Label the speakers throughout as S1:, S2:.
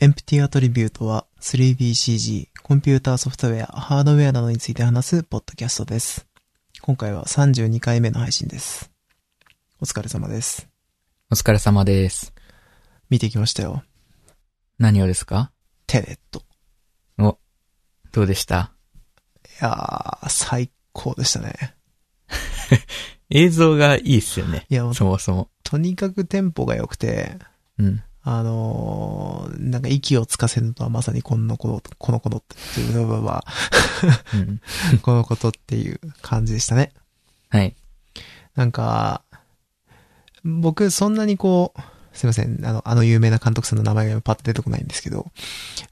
S1: Empty Attribute は 3BCG、コンピューターソフトウェア、ハードウェアなどについて話すポッドキャストです。今回は32回目の配信です。お疲れ様です。
S2: お疲れ様です。
S1: 見てきましたよ。
S2: 何をですか
S1: テネット。
S2: どうでした
S1: いやー、最高でしたね。
S2: 映像がいいっすよね。
S1: いや、もう
S2: そもそも。
S1: とにかくテンポが良くて、
S2: うん。
S1: あのー、なんか息をつかせるのとはまさにこのこと、このことっていう、ばばば
S2: うん。
S1: このことっていう感じでしたね。
S2: はい。
S1: なんか、僕、そんなにこう、すいません、あの、あの有名な監督さんの名前がパッと出てこないんですけど、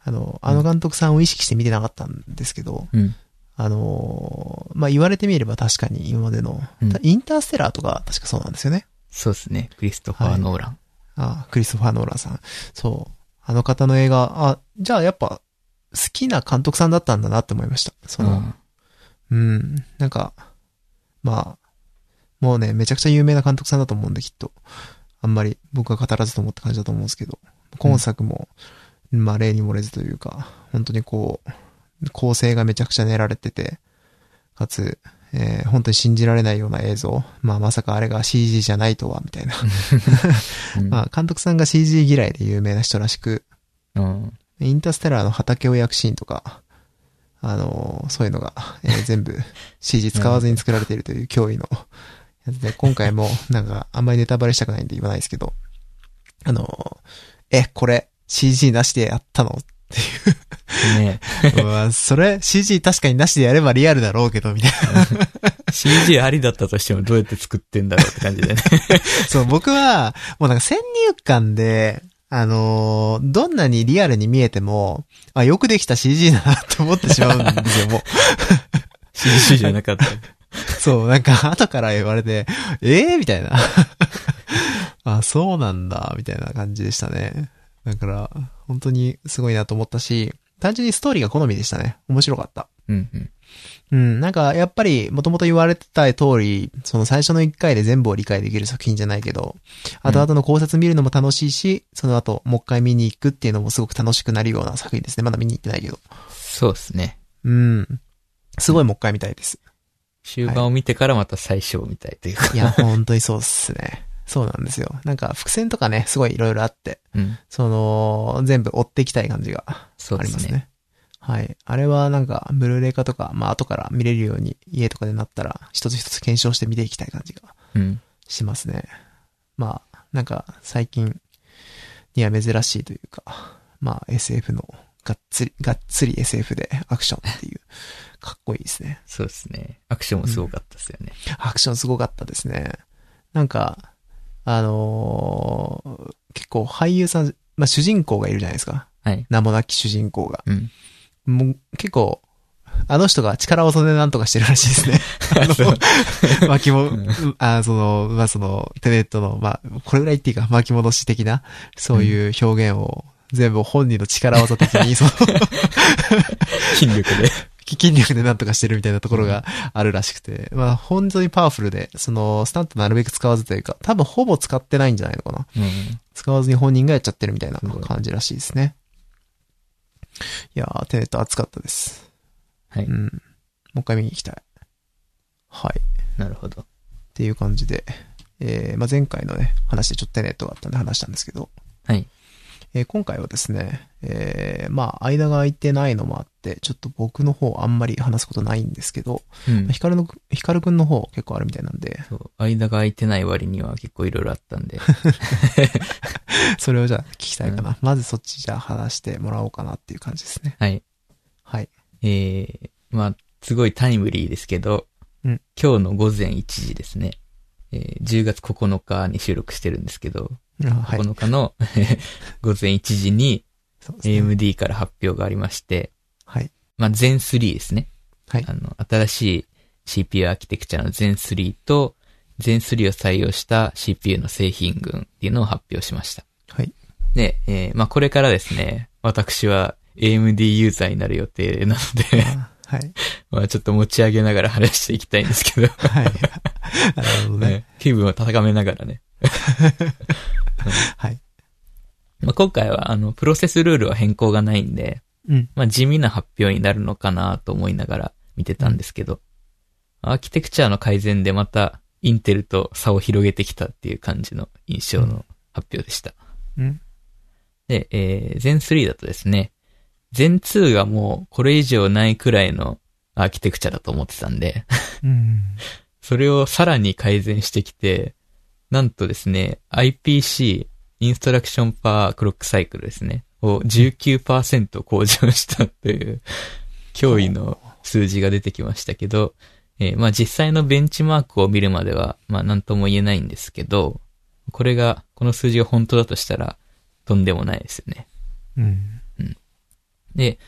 S1: あの、あの監督さんを意識して見てなかったんですけど、
S2: うん。
S1: あのーまあ、言われてみれば確かに今までの、
S2: うん
S1: インターステラーとか確かそうなんですよね。
S2: そうっすね。クリストファ
S1: は
S2: ー・
S1: い
S2: ノーラン。
S1: あクリストファー・ノーランさん。そう。あの方の映画、あ、じゃあやっぱ、好きな監督さんだったんだなって思いました。その、
S2: うん
S1: うん。なんか、まあ、もうね、めちゃくちゃ有名な監督さんだと思うんで、きっと。あんまり僕は語らずと思った感じだと思うんですけど、今作も、まあ、例に漏れずというか、本当にこう、構成がめちゃくちゃ練られてて、かつ、えー本当に信じられないような映像。まあ、まさかあれが CG じゃないとは、みたいな。
S2: うん
S1: まあ、監督さんが CG 嫌いで有名な人らしく、
S2: うん。
S1: インターステラーの畑を焼くシーンとか、あのーそういうのが、え ー全部 CG 使わずに作られているという脅威のやつで、今回もなんかあんまりネタバレしたくないんで言わないですけど、あのーえ、これ CG なしでやったの
S2: ね
S1: うわそれ CG 確かになしでやればリアルだろうけど、みたいな。
S2: CG ありだったとしてもどうやって作ってんだろうって感じで ね。
S1: そう、僕は、もうなんか先入観で、あのーどんなにリアルに見えても、あ、よくできた CG だなと思ってしまうんですよ、もう。
S2: CG じゃなかった。
S1: そう、なんか、後から言われて、ええみたいな。 あ、そうなんだ、みたいな感じでしたね。だから、本当にすごいなと思ったし、単純にストーリーが好みでしたね。面白かった。
S2: うんうん。
S1: うん、なんか、やっぱり、もともと言われてた通り、その最初の1回で全部を理解できる作品じゃないけど、後々の考察見るのも楽しいし、その後、もう一回見に行くっていうのもすごく楽しくなるような作品ですね。まだ見に行ってないけど。
S2: そうっすね。
S1: うん。すごいもう一回見たいです。
S2: 終盤を見てからまた最初を見たいというか。
S1: いや、本当にそうっすね。そうなんですよ。なんか、伏線とかね、すごいいろいろあって、
S2: うん。
S1: その、全部追っていきたい感じがあ
S2: そうで
S1: りますすね。
S2: ね。
S1: はい。あれはなんか、ブルーレイ化とか、まあ、後から見れるように、家とかでなったら、一つ一つ検証して見ていきたい感じが
S2: うん。
S1: しますね。まあ、なんか、最近には珍しいというか、まあ、SF の、がっつり、がっつり SF でアクションっていう、かっこいいですね。
S2: そうですね。アクションもすごかったですよね。
S1: アクションすごかったですね。なんか、あのー結構俳優さん、まあ、主人公がいるじゃないですか。
S2: はい。
S1: 名もなき主人公が。
S2: うん。
S1: もう結構、あの人が力をそでなんとかしてるらしいですね。あの、巻きも、あその、まあ、その、テネットの、まあ、これぐらいっていうか、巻き戻し的な、そういう表現を、全部本人の力技的に、その、
S2: 筋力で。
S1: 筋力でなんとかしてるみたいなところがあるらしくて、まあ本当にパワフルで、そのスタントなるべく使わずというか、多分ほぼ使ってないんじゃないのかな。
S2: うん。
S1: 使わずに本人がやっちゃってるみたいな
S2: すごい
S1: 感じらしいですね。いやー、テネット熱かったです。
S2: はい
S1: うん。もう一回見に行きたい。はい。
S2: なるほど。
S1: っていう感じで、えー、まあ前回のね、話でちょっとテネットがあったんで話したんですけど、
S2: はい。
S1: えー今回はですね、えー、まあ間が空いてないのもあって、ちょっと僕の方あんまり話すことないんですけど、
S2: うん
S1: ヒカルの、ヒカルくんの方結構あるみたいなんで、
S2: そう。間が空いてない割には結構いろいろあったんで。
S1: それをじゃあ聞きたいかな。まずそっちじゃあ話してもらおうかなっていう感じですね。
S2: はい。
S1: はい。
S2: えー、まあ、すごいタイムリーですけど、
S1: うん
S2: 今日の午前1時ですね。えー10月9日に収録してるんですけど、
S1: あはい。
S2: 9日の 午前1時に
S1: そうですね
S2: AMD から発表がありまして、
S1: はい。
S2: まあ、Zen 3ですね。
S1: はい
S2: あの、新しい CPU アーキテクチャの Zen 3と、Zen 3を採用した CPU の製品群っていうのを発表しました。
S1: はい。
S2: で、えーまあ、これからですね、私は AMD ユーザーになる予定なので、
S1: あはい。
S2: まあちょっと持ち上げながら話していきたいんですけど、
S1: はい。 なるほどね。
S2: 気分を高めながらね。
S1: はい。
S2: まあ、今回は、あの、プロセスルールは変更がないんで、
S1: うん。
S2: まあ、地味な発表になるのかなと思いながら見てたんですけど、アーキテクチャの改善でまた、インテルと差を広げてきたっていう感じの印象の発表でした。
S1: うん。
S2: で、えー、Zen 3だとですね、Zen 2がもうこれ以上ないくらいのアーキテクチャだと思ってたんで、
S1: うん。
S2: それをさらに改善してきて、なんとですね、IPC、インストラクションパークロックサイクルですね、を19%向上したという、驚異の数字が出てきましたけど、えーまあ実際のベンチマークを見るまでは、まあなんとも言えないんですけど、これが、この数字が本当だとしたら、とんでもないですよね。
S1: うん。
S2: で、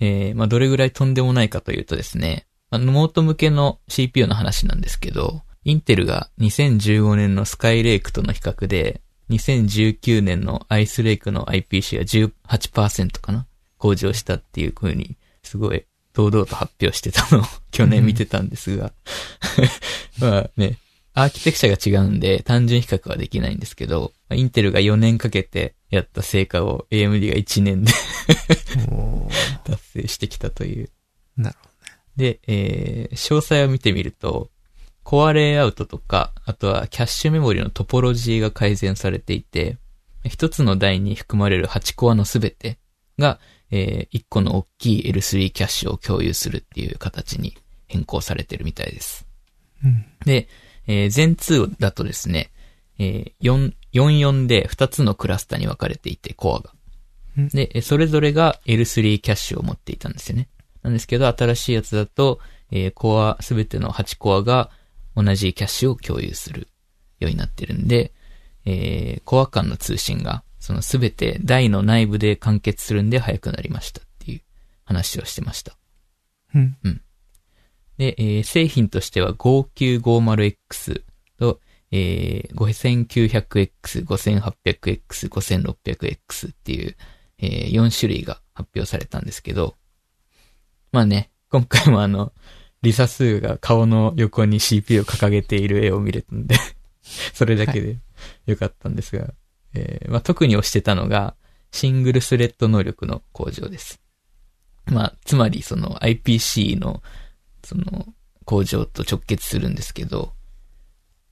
S2: えーまあ、どれぐらいとんでもないかというとですね、まあ、ノート向けの CPU の話なんですけど、インテルが2015年のスカイレイクとの比較で、2019年のアイスレイクの IPC が18%かな向上したっていう風に、すごい堂々と発表してたのを 去年見てたんですが、 まあね、アーキテクチャが違うんで単純比較はできないんですけど、まあインテルが4年かけてやった成果を AMD が1年で
S1: おー
S2: 達成してきたという。
S1: なるほ
S2: で、えー詳細を見てみると、コアレイアウトとか、あとはキャッシュメモリのトポロジーが改善されていて、一つの台に含まれる8コアのすべてが、え1個の大きい L3 キャッシュを共有するっていう形に変更されてるみたいです。
S1: ど。うん。
S2: で、えー、Zen 2だとですね、えー、4 44で2つのクラスターに分かれていて、コアが
S1: うん。
S2: で、えーそれぞれが L3 キャッシュを持っていたんですよね。なんですけど、新しいやつだと、えーコア、すべての8コアが同じキャッシュを共有するようになってるんで、えーコア間の通信が、そのすべて台の内部で完結するんで早くなりましたっていう話をしてました。
S1: うん。
S2: で、えー製品としては 5950X と、えー 5900X、5800X、5600X っていう、え4種類が発表されたんですけど、まあね、今回もあの、リサスーが顔の横に CPU を掲げている絵を見れたんで、 それだけでよかったんですが、えーまあ、特に推してたのが、シングルスレッド能力の向上です。まあ、つまりその IPC のその、工場と直結するんですけど、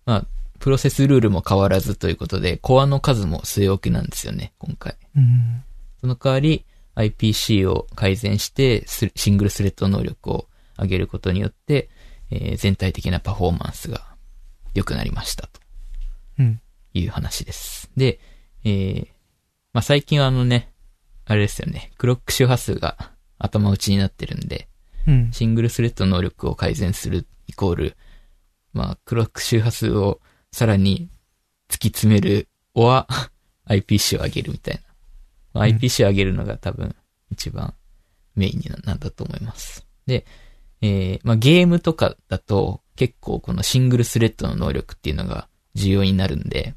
S2: まあ、プロセスルールも変わらずということで、コアの数も据え置きなんですよね、今回。
S1: うん。
S2: その代わり、IPC を改善して、スシングルスレッド能力を上げることによって、えー全体的なパフォーマンスが良くなりましたと。
S1: うん。
S2: いう話です。で、えー、まあ、最近はあのね、あれですよね、クロック周波数が頭打ちになってるんで、
S1: うん。
S2: シングルスレッド能力を改善するイコール、まあ、クロック周波数をさらに突き詰める、お わ、IPC を上げるみたいな。まあ、
S1: うん
S2: IPC を上げるのが多分一番メインにななんだと思います。で、えーまあ、ゲームとかだと結構このシングルスレッドの能力っていうのが重要になるんで、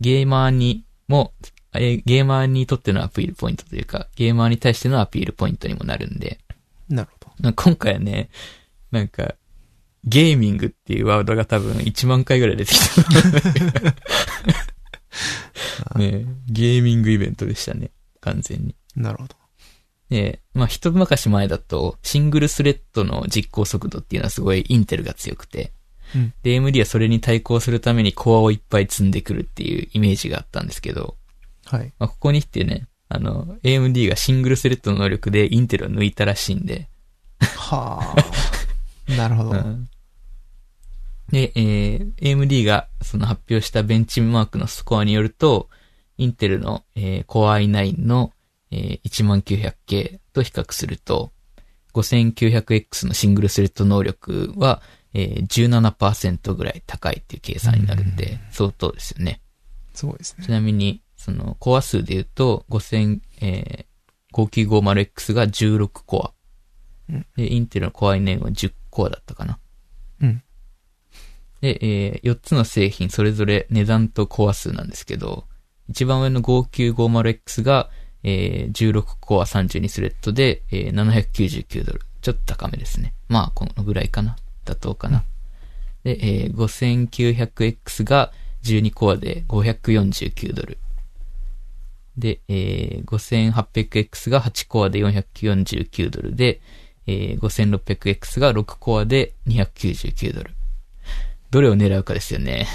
S2: ゲーマーにも、えーゲーマーにとってのアピールポイントというか、ゲーマーに対してのアピールポイントにもなるんで、
S1: なるほど。
S2: なんか今回はね、なんか、ゲーミングっていうワードが多分1万回ぐらい出てき た。ねゲーミングイベントでしたね。完全に。
S1: なるほど。
S2: で、まあ一昔前だと、シングルスレッドの実行速度っていうのはすごいインテルが強くて、
S1: うん
S2: で、AMD はそれに対抗するためにコアをいっぱい積んでくるっていうイメージがあったんですけど、
S1: はい。
S2: まあ、ここに来てね、あの、AMD がシングルスレッドの能力でインテルを抜いたらしいんで、
S1: はあ。なるほど。
S2: で、えー AMD がその発表したベンチマークのスコアによると、インテルの、えー Core i9 の、えー 1900K と比較すると、5900X のシングルスレッド能力は、えー17%ぐらい高いっていう計算になるんで、相当ですよね。
S1: すごいですね。
S2: ちなみに、その、コア数で言うと、5000、えー、5950X が16コア。
S1: うん
S2: で、インテルのコア i9 は10コアだったかな。
S1: うん。
S2: で、え4つの製品、それぞれ値段とコア数なんですけど、一番上の 5950X が、えー16コア32スレッドで、えー799ドル。ちょっと高めですね。まあ、このぐらいかな。妥当かな。で、えー 5900X が12コアで549ドル。で、えー 5800X が8コアで449ドルで、えー 5600X が6コアで299ドル。どれを狙うかですよね。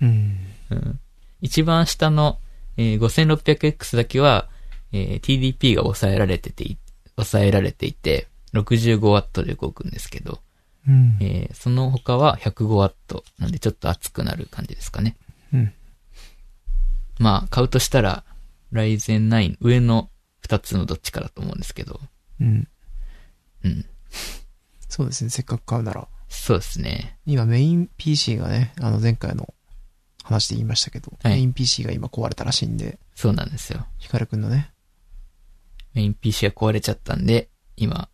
S1: うん。
S2: うん一番下の、えー 5600X だけは、えー TDP が抑えられててい、抑えられていて、65W で動くんですけど、
S1: うん。
S2: えーその他は 105W なんでちょっと熱くなる感じですかね。
S1: うん。
S2: まあ、買うとしたら、Ryzen 9上の2つのどっちかだと思うんですけど、
S1: うん。
S2: うん。
S1: そうですね。せっかく買うなら。
S2: そうですね。
S1: 今メイン PC がね、あの前回の話で言いましたけど、
S2: はい
S1: メイン PC が今壊れたらしいんで、
S2: そうなんですよ。
S1: ヒカルくんのね、
S2: メイン PC が壊れちゃったんで、今、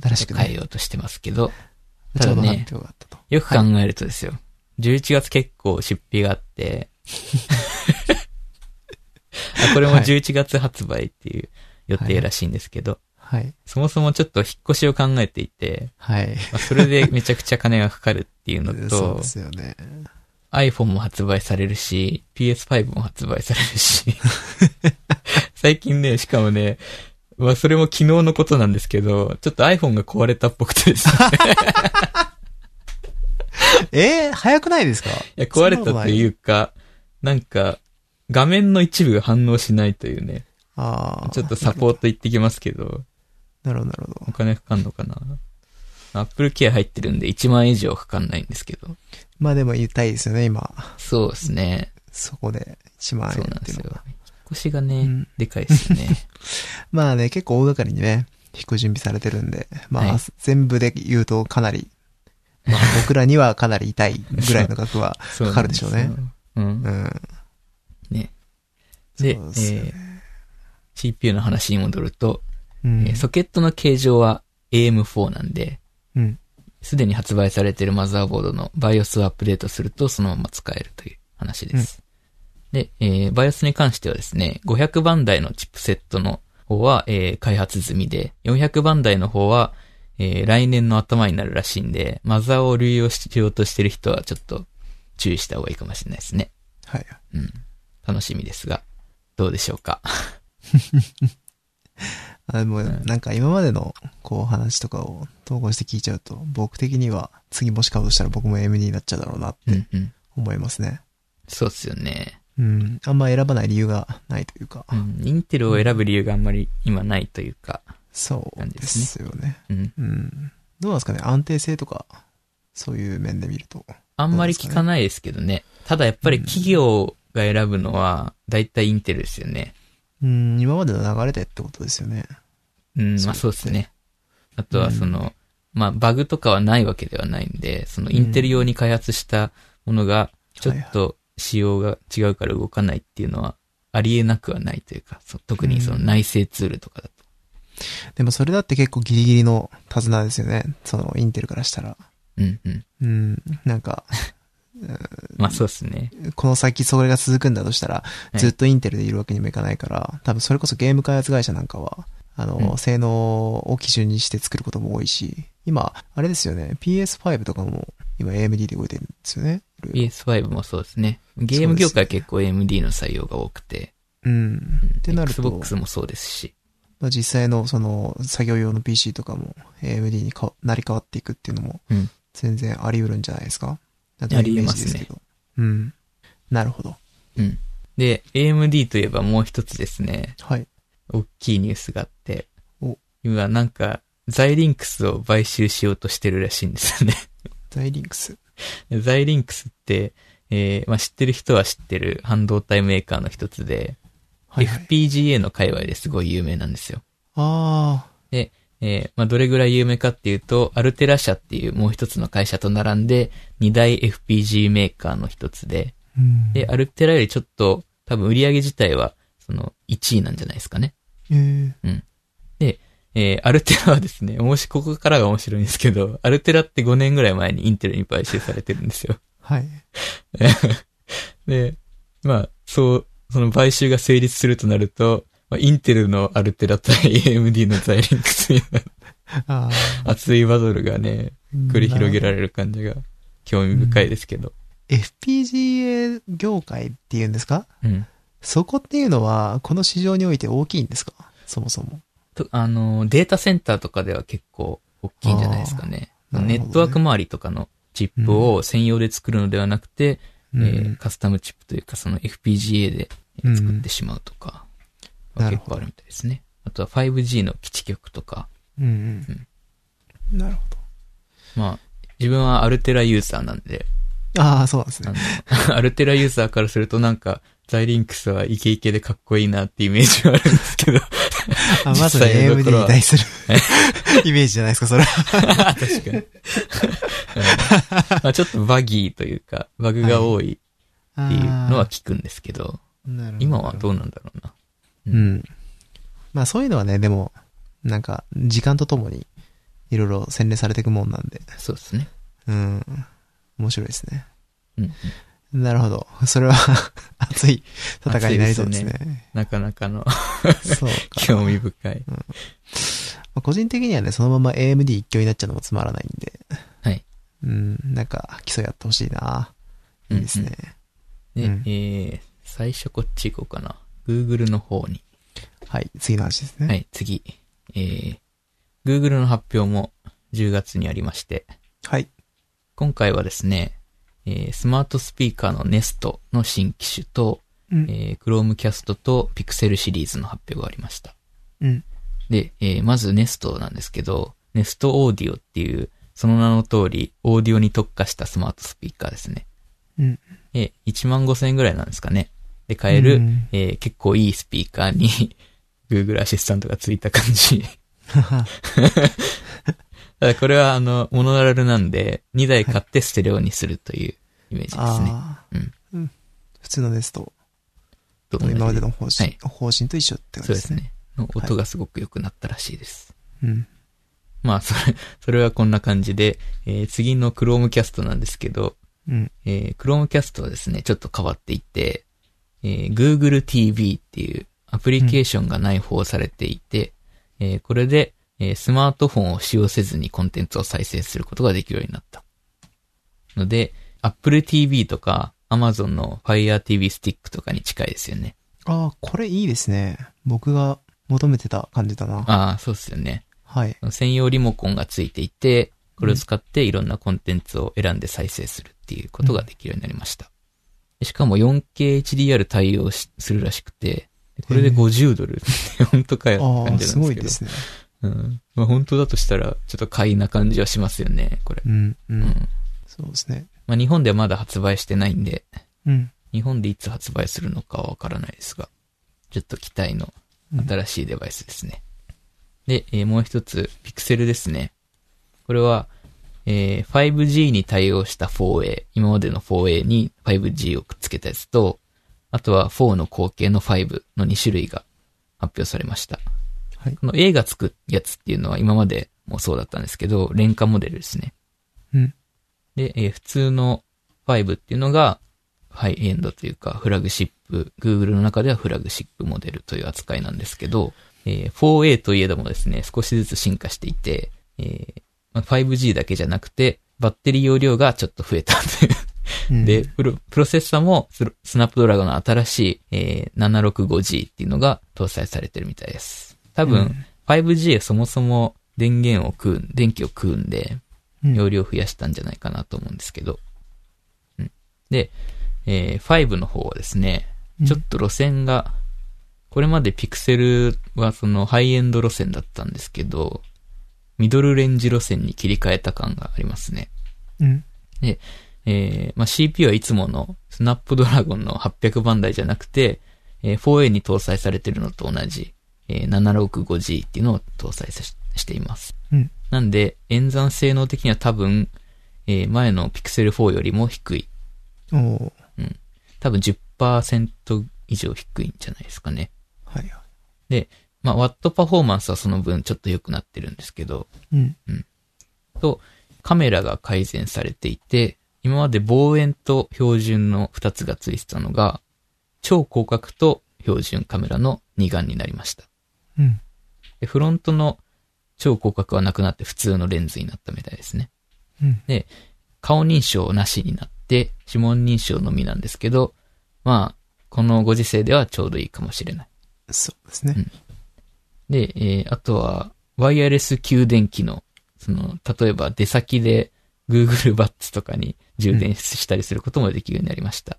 S1: 新しく
S2: 変え
S1: ね、
S2: ようとしてますけど、
S1: ちょうど
S2: ただ
S1: なっ
S2: ね
S1: てよかったと。
S2: よく考えるとですよ。11月結構出費があ って、あこれも
S1: はい
S2: 11月発売っていう予定らしいんですけど、
S1: はい。
S2: そもそもちょっと引っ越しを考えていて、
S1: はい。
S2: まあそれでめちゃくちゃ金がかかるっていうの
S1: そう
S2: と
S1: で、すよね。
S2: iPhone も発売されるし、PS5 も発売される し、最近ね、しかもね、まあそれも昨日のことなんですけど、ちょっと iPhone が壊れたっぽくてですね
S1: えー、早くないですか。
S2: いや、壊れたといううか、なんか、画面の一部が反応しないというね。
S1: ああ。
S2: ちょっとサポート行ってきますけど、
S1: なるほど、なるほど
S2: お。金かかんのかな。アップルケア入ってるんで1万円以上かかんないんですけど。
S1: まあでも言いたいですよね、今。
S2: そうですね。
S1: そこで1万
S2: そ
S1: 円
S2: うなん
S1: っ
S2: で
S1: てい
S2: す
S1: うの
S2: よ
S1: が。。
S2: 引っ越しが
S1: う
S2: ね、
S1: ん
S2: でかいですね。
S1: まあね、結構大掛かりにね、引く準備されてるんで、まあ、
S2: はい
S1: 全部で言うとかなり、まあ 僕らにはかなり痛いぐらいの額は、
S2: そう
S1: かかるでしょうね
S2: なんすよ。うん。
S1: うん。
S2: ね。で、
S1: そうすよね
S2: CPU の話に戻ると、
S1: うん
S2: えーソケットの形状は AM4 なんで、
S1: うん。
S2: すでに発売されているマザーボードの BIOS をアップデートするとそのまま使えるという話です。で、えー BIOS に関してはですね、500番台のチップセットの方は、えー開発済みで、400番台の方は、えー来年の頭になるらしいんで、マザーを流用しようとしてる人はちょっと注意した方がいいかもしれないですね。
S1: はい。
S2: うん。楽しみですが、どうでしょうか。
S1: あでも、
S2: ん
S1: なんか今までの、こう、話とかを投稿して聞いちゃうと、僕的には、次もし買うとしたら僕も AMD になっちゃうだろうなって
S2: うんうん。
S1: 思いますね。
S2: そうっすよね。
S1: うん。あんま選ばない理由がないというか、
S2: うん。インテルを選ぶ理由があんまり今ないというか、
S1: そうですよね。
S2: うん。
S1: うん。どうなんですかね安定性とか、そういう面で見ると。
S2: あんまり聞かないですけどね。ただやっぱり企業が選ぶのは、だいたいインテルですよね。
S1: うん、今までの流れでってことですよね。
S2: うん、まあそ
S1: そうう
S2: で
S1: ですす
S2: ね。あとはその、まあバグとかはないわけではないんで、そのインテル用に開発したものが、ちょっと仕様が違うから動かないっていうのは、ありえなくはないというか、そ特にその内製ツールとかだと。
S1: でもそれだって結構ギリギリの手綱ですよね。その、インテルからしたら。
S2: うんうん。
S1: うん、なんか、
S2: まあそうですね。
S1: この先それが続くんだとしたら、
S2: い
S1: ずっとインテルでいるわけにもいかないから、多分それこそゲーム開発会社なんかは、あの、
S2: うん
S1: 性能を基準にして作ることも多いし、今、あれですよね、PS5 とかも今 AMD で動いてるんですよね。いろいろ
S2: PS5 もそうですね。ゲーム業界は結構 AMD の採用が多くて、
S1: うん。ってなると、
S2: Xbox もそうですし。
S1: まあ実際のその作業用の PC とかも AMD にかなり変わっていくっていうのも
S2: うん、
S1: 全然あり得るんじゃないですか。なん
S2: あ
S1: か
S2: り
S1: イメ
S2: 得
S1: ー
S2: ま
S1: ジ
S2: す
S1: で
S2: ね
S1: すけど。うん。なるほど。
S2: うん。で、AMD といえばもう一つですね、
S1: はい。
S2: 大きいニュースがあって
S1: お、
S2: 今なんか、ザイリンクスを買収しようとしてるらしいんです よ
S1: ザイリンクス。
S2: ね。ザイリンクスって、えーまあ、知ってる人は知ってる半導体メーカーの一つで、
S1: はい、はい。
S2: FPGA の界隈ですごい有名なんですよ。
S1: ああ、
S2: えーまあ、どれぐらい有名かっていうと、アルテラ社っていうもう一つの会社と並んで、二大 FPGA メーカーの一つで、
S1: うん。
S2: で、アルテラよりちょっと、多分売り上げ自体は、その、1位なんじゃないですかね。
S1: えー
S2: えーアルテラはですね、もしここからが面白いんですけど、アルテラって5年ぐらい前にインテルに買収されてるんですよ。
S1: はい。
S2: で、まあ、そう、その買収が成立するとなると、まあインテルのアルテラ対 AMD のザイリンクスになる
S1: ああ。
S2: 熱いバトルがね、 繰り広げら
S1: る。
S2: れる感じが興味深いですけど。
S1: FPGA 業界っていうんですか
S2: うん。
S1: そこっていうのは、この市場において大きいんですかそもそも。
S2: とあの、データセンターとかでは結構大きいんじゃないですかね。
S1: あーなるほど
S2: ネ
S1: ね
S2: ットワーク周りとかのチップを専用で作るのではなくて、
S1: うん
S2: えーカスタムチップというかその FPGA でえー作ってしまうとか、
S1: うん
S2: は結構あるみたいですね。あとは 5G の基地局とか、
S1: うんうん。なるほ
S2: まあ、自分はアルテラユーザーなんで、
S1: ど。ああ、そうなんですね。
S2: あのアルテラユーザーからするとなんか、ザイリンクスはイケイケでかっこいいなってイメージはあるんですけど、
S1: あまず
S2: 実際の
S1: AMD
S2: と
S1: に
S2: ころは
S1: 対する イメージじゃないですか、そ れは。
S2: 確 かに。うんまあちょっとバギーというか、バグが多いっていうのは聞くんですけど、
S1: あー、なるほど
S2: 今はどうなんだろうな。
S1: うん。まあそういうのはね、でも、なんか、時間とともに、いろいろ洗練されていくもんなんで、
S2: そうですね。
S1: うん。面白いですね。
S2: うんうん
S1: なるほど。それは、 熱い戦いになりそうですね。
S2: なかなかの
S1: そうか。
S2: 興味深い。
S1: まあ個人的にはね、そのまま AMD 一強になっちゃうのもつまらないんで。
S2: はい。
S1: うん、なんか、基礎やってほしいな。いいですね。
S2: で、
S1: うん
S2: えー、最初こっち行こうかな。Google の方に。
S1: はい、次の話ですね。
S2: はい、次。えー、Google の発表も10月にありまして、
S1: はい。
S2: 今回はですね、えースマートスピーカーの Nest の新機種と、
S1: うん。
S2: えー Chromecast と Pixel シリーズの発表がありました。
S1: うん。
S2: で、えーまず Nest なんですけど、Nest Audio っていう、その名の通り、オーディオに特化したスマートスピーカーですね。
S1: うん。
S2: え、1万5千円ぐらいなんですかね。で、買える、
S1: うん
S2: えー結構いいスピーカーに、Google アシスタントがついた感じ。 ただこれは、あの、モノラルなんで、2台買ってステレオにするというイメージですね。
S1: ああ、
S2: うん
S1: うん。普通のネスト
S2: どう
S1: と
S2: も
S1: 今までの方針、
S2: はい
S1: 方針と一緒ってこと
S2: そ
S1: で
S2: うですす
S1: ね。
S2: ね。の音がすごく良くなったらしいです。
S1: うん。
S2: まあ、それ、それはこんな感じで、えー次の Chromecast なんですけど、
S1: うん。
S2: えー Chromecast はですね、ちょっと変わっていて、えー Google TV っていうアプリケーションが内包されていて、えーこれで、えースマートフォンを使用せずにコンテンツを再生することができるようになった。ので、Apple TV とか Amazon の Fire TV Stick とかに近いですよね。
S1: ああ、これいいですね。僕が求めてた感じだな。
S2: ああ、そうですよね。
S1: はい。
S2: 専用リモコンがついていて、これを使っていろんなコンテンツを選んで再生するっていうことができるようになりました。しかも 4KHDR 対応しするらしくて、これで
S1: へー
S2: 50ドル。本当かよ
S1: あ
S2: って
S1: あ
S2: 感
S1: ー、
S2: じ
S1: す
S2: なん
S1: ごい
S2: ですけど。
S1: ですね。
S2: うん。まあ本当だとしたら、ちょっと買いな感じはしますよね、これ。
S1: うん、う。
S2: うんん。
S1: そうですね。
S2: まあ日本ではまだ発売してないんで、
S1: うん。
S2: 日本でいつ発売するのかはわからないですが、ちょっと期待の新しいデバイスですね。で、えーもう一つ、ピクセルですね。これは、えー 5G に対応した 4A、今までの 4A に 5G をくっつけたやつと、あとは4の後継の5の2種類が発表されました。
S1: はい
S2: この A がつくやつっていうのは今までもそうだったんですけど、廉価モデルですね。
S1: うん。
S2: で、えー普通の5っていうのが、ハイエンドというか、フラグシップ、Google の中ではフラグシップモデルという扱いなんですけど、えー 4A といえどもですね、少しずつ進化していて、えーまあ 5G だけじゃなくて、バッテリー容量がちょっと増えたという
S1: うん
S2: で、、プロプロセッサーもスロスナップドラゴンの新しい、えー 765G っていうのが搭載されてるみたいです。多分、
S1: うん
S2: 5G はそもそも電源を食うん、電気を食うんで、
S1: うん
S2: 容量を増やしたんじゃないかなと思うんですけど。うん、で、えー5の方はですね、ちょっと路線が、これまでピクセルはそのハイエンド路線だったんですけど、ミドルレンジ路線に切り替えた感がありますね。
S1: うん。
S2: で、えーまあ、CPU はいつものスナップドラゴンの800番台じゃなくて、えー 4A に搭載されてるのと同じ、えー 765G っていうのを搭載さししています。
S1: うん。
S2: なんで、演算性能的には多分、えー前の Pixel 4よりも低い。
S1: おー
S2: 多分10%以上低いんじゃないですかね。
S1: はいはい。
S2: で、まあ、ワットパフォーマンスはその分ちょっと良くなってるんですけど、
S1: うん。
S2: と、カメラが改善されていて、今まで望遠と標準の2つがついてたのが、超広角と標準カメラの2眼になりました。
S1: うん。
S2: でフロントの超広角はなくなって普通のレンズになったみたいですね。
S1: うん。
S2: 顔認証なしになって、指紋認証のみなんですけど、まあ、このご時世ではちょうどいいかもしれない。
S1: そうですね。
S2: で、えーあとは、ワイヤレス給電機能。その、例えば出先で Google バッツとかに充電したりすることもできるようになりました。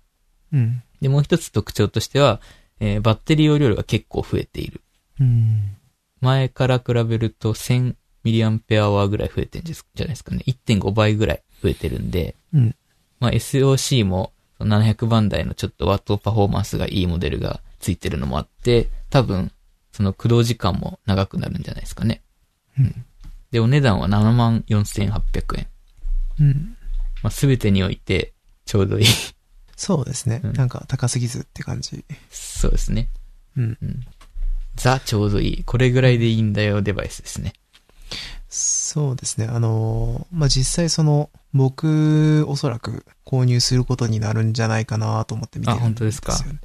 S1: うん。
S2: で、もう一つ特徴としては、えーバッテリー容量が結構増えている。
S1: うん。
S2: 前から比べると 1000mAh ぐらい増えてるんですじゃないですかね。1.5倍ぐらい増えてるんで、
S1: うん
S2: まあ SOC もその700番台のちょっとワットパフォーマンスがいいモデルがついてるのもあって、多分その駆動時間も長くなるんじゃないですかね。
S1: うん
S2: で、お値段は74,800円。
S1: うん。
S2: まあ全てにおいてちょうどいい。
S1: そうですね。
S2: うん
S1: なんか高すぎずって感じ。
S2: そうですね。
S1: うん。
S2: ザちょうどいい。これぐらいでいいんだよデバイスですね。
S1: そうですね。あのーまあ、実際その、僕、おそらく購入することになるんじゃないかなと思って見てるん
S2: あ本当ですか
S1: よね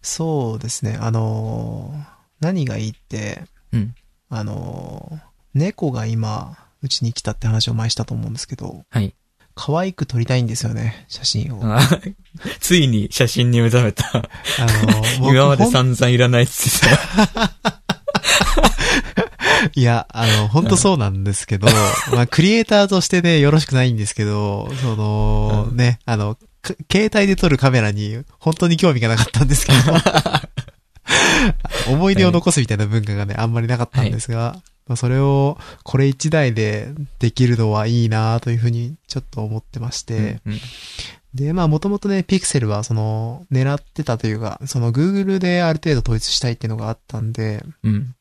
S1: そうですね。あのー何がいいって、
S2: うん。
S1: あのー猫が今、うちに来たって話を前にしたと思うんですけど、
S2: はい。
S1: 可愛く撮りたいんですよね、写真を。あの
S2: あついに写真に目覚めた。
S1: ー僕
S2: 今まで
S1: ほん
S2: 散々いらないっつってた。
S1: いや、あの、本当そうなんですけど、 まあ、クリエイターとしてね、よろしくないんですけど、その、
S2: うん
S1: ね、あの、か携帯で撮るカメラに本当に興味がなかったんですけど、思い出を残すみたいな文化がね、あんまりなかったんですが、まあ、それを、これ一台でできるのはいいなというふうにちょっと思ってまして、
S2: うんうん
S1: で、まあ、もともとね、ピクセルは、その、狙ってたというか、その、Google である程度統一したいっていうのがあったんで、
S2: うん。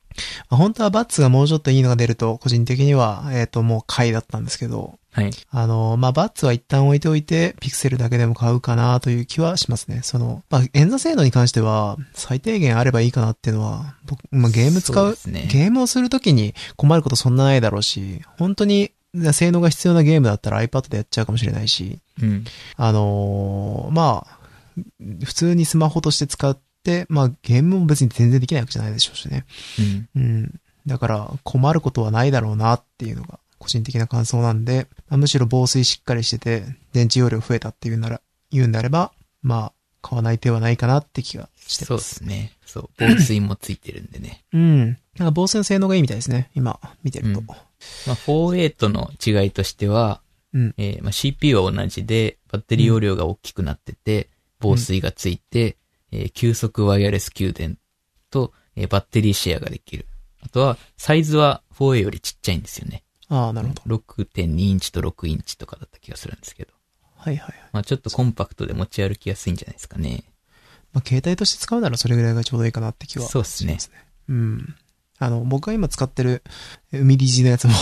S1: まあ本当はバッツがもうちょっといいのが出ると、個人的には、えっ、と、もう買いだったんですけど、
S2: はい。
S1: あの、まあ、バッツは一旦置いておいて、ピクセルだけでも買うかなという気はしますね。その、まあ、演座性能に関しては、最低限あればいいかなっていうのは、僕、まあ、ゲーム使
S2: そう
S1: う
S2: ですね。
S1: ゲームをするときに困ることそんなないだろうし、本当に性能が必要なゲームだったら iPad でやっちゃうかもしれないし、
S2: うん。
S1: あのーまあ、普通にスマホとして使って、まあ、ゲームも別に全然できないわけじゃないでしょうしね。
S2: う
S1: う
S2: ん。
S1: ん。だから困ることはないだろうなっていうのが個人的な感想なんで、まあむしろ防水しっかりしてて、電池容量増えたっていうなら、言うんであれば、まあ、買わない手はないかなって気がしてます。
S2: そうですね。そう。防水もついてるんでね。
S1: うん。なんか防水の性能がいいみたいですね。今、見てると。
S2: まあ、48との違いとしては、
S1: うん
S2: えーまあ、CPU は同じで、バッテリー容量が大きくなってて、防水がついて、えー急速ワイヤレス給電と、えーバッテリーシェアができる。あとは、サイズは 4A よりちっちゃいんですよね。
S1: ああ、なるほど。
S2: 6.2インチと6インチとかだった気がするんですけど。
S1: はいはいはい。
S2: まあ、ちょっとコンパクトで持ち歩きやすいんじゃないですかね。
S1: まあ、携帯として使うならそれぐらいがちょうどいいかなって気はし
S2: そうですね
S1: ま。すね。うん。あの、僕が今使ってる、海 DG のや つも、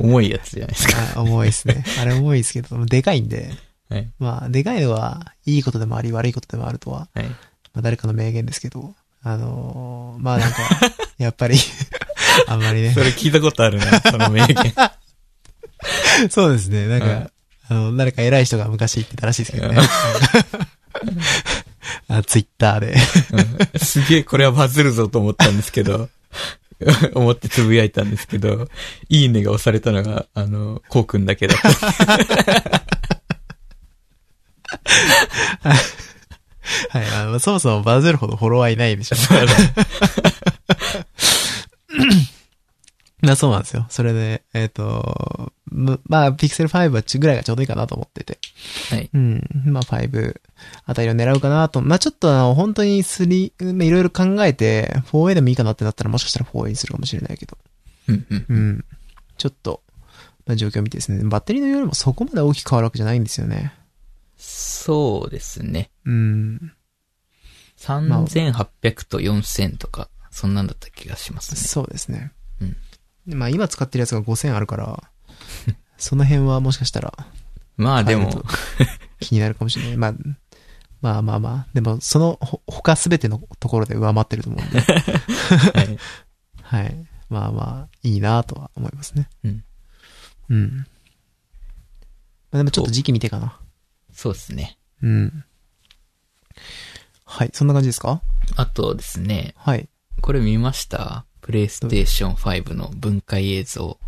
S2: 重いやつじゃないですか。
S1: あ重いですね。あれ重いですけど、 でかいんで、
S2: はい。
S1: まあ、でかいのは、いいことでもあり、悪いことでもあるとは、
S2: はい。
S1: まあ、誰かの名言ですけど、あのーまあ なんか、やっぱり、 あんまりね。
S2: れ聞いたことあるね、その名言。
S1: そうですね、なんか、
S2: はい
S1: あの、誰か偉い人が昔言ってたらしいですけどね。 あツイッターで。
S2: うんすげえこれはバズるぞと思ったんですけど、 思ってつぶやいたんですけど、いいねが押されたのが、あの、こうくんだけだった。
S1: はい、あの、そもそもバズるほどフォロワーいないで しょ。まあそうなんですよ。それで、えっ、と、むまあ、ピクセル5はちぐらいがちょうどいいかなと思ってて。
S2: はい
S1: うん。まあ5あたりを狙うかなと。まあちょっとあの、本当に3、まあいろいろ考えて、4A でもいいかなってなったらもしかしたら 4A にするかもしれないけど。
S2: うんうん
S1: うん。ちょっと、まあ状況を見てですね。バッテリーの容量もそこまで大きく変わるわけじゃないんですよね。
S2: そうですね。
S1: うん。
S2: 3800と4000とか、そんなんだった気がしますね。
S1: そうですね。
S2: うん
S1: まあ今使ってるやつが5000あるから、 その辺はもしかしたら
S2: まあで
S1: 変え
S2: も
S1: る、と気になるかもしれない。まあ、まあまあまあ。でも、そのほ、他すべてのところで上回ってると思うんで。
S2: はい
S1: はい。まあまあ、いいなとは思いますね。
S2: うん。
S1: うん。まあでもちょっと時期見てかな。
S2: そうですね。
S1: うん。はい。そんな感じですか
S2: あとですね、
S1: はい。
S2: これ見ましたプレイステーション5の分解映像。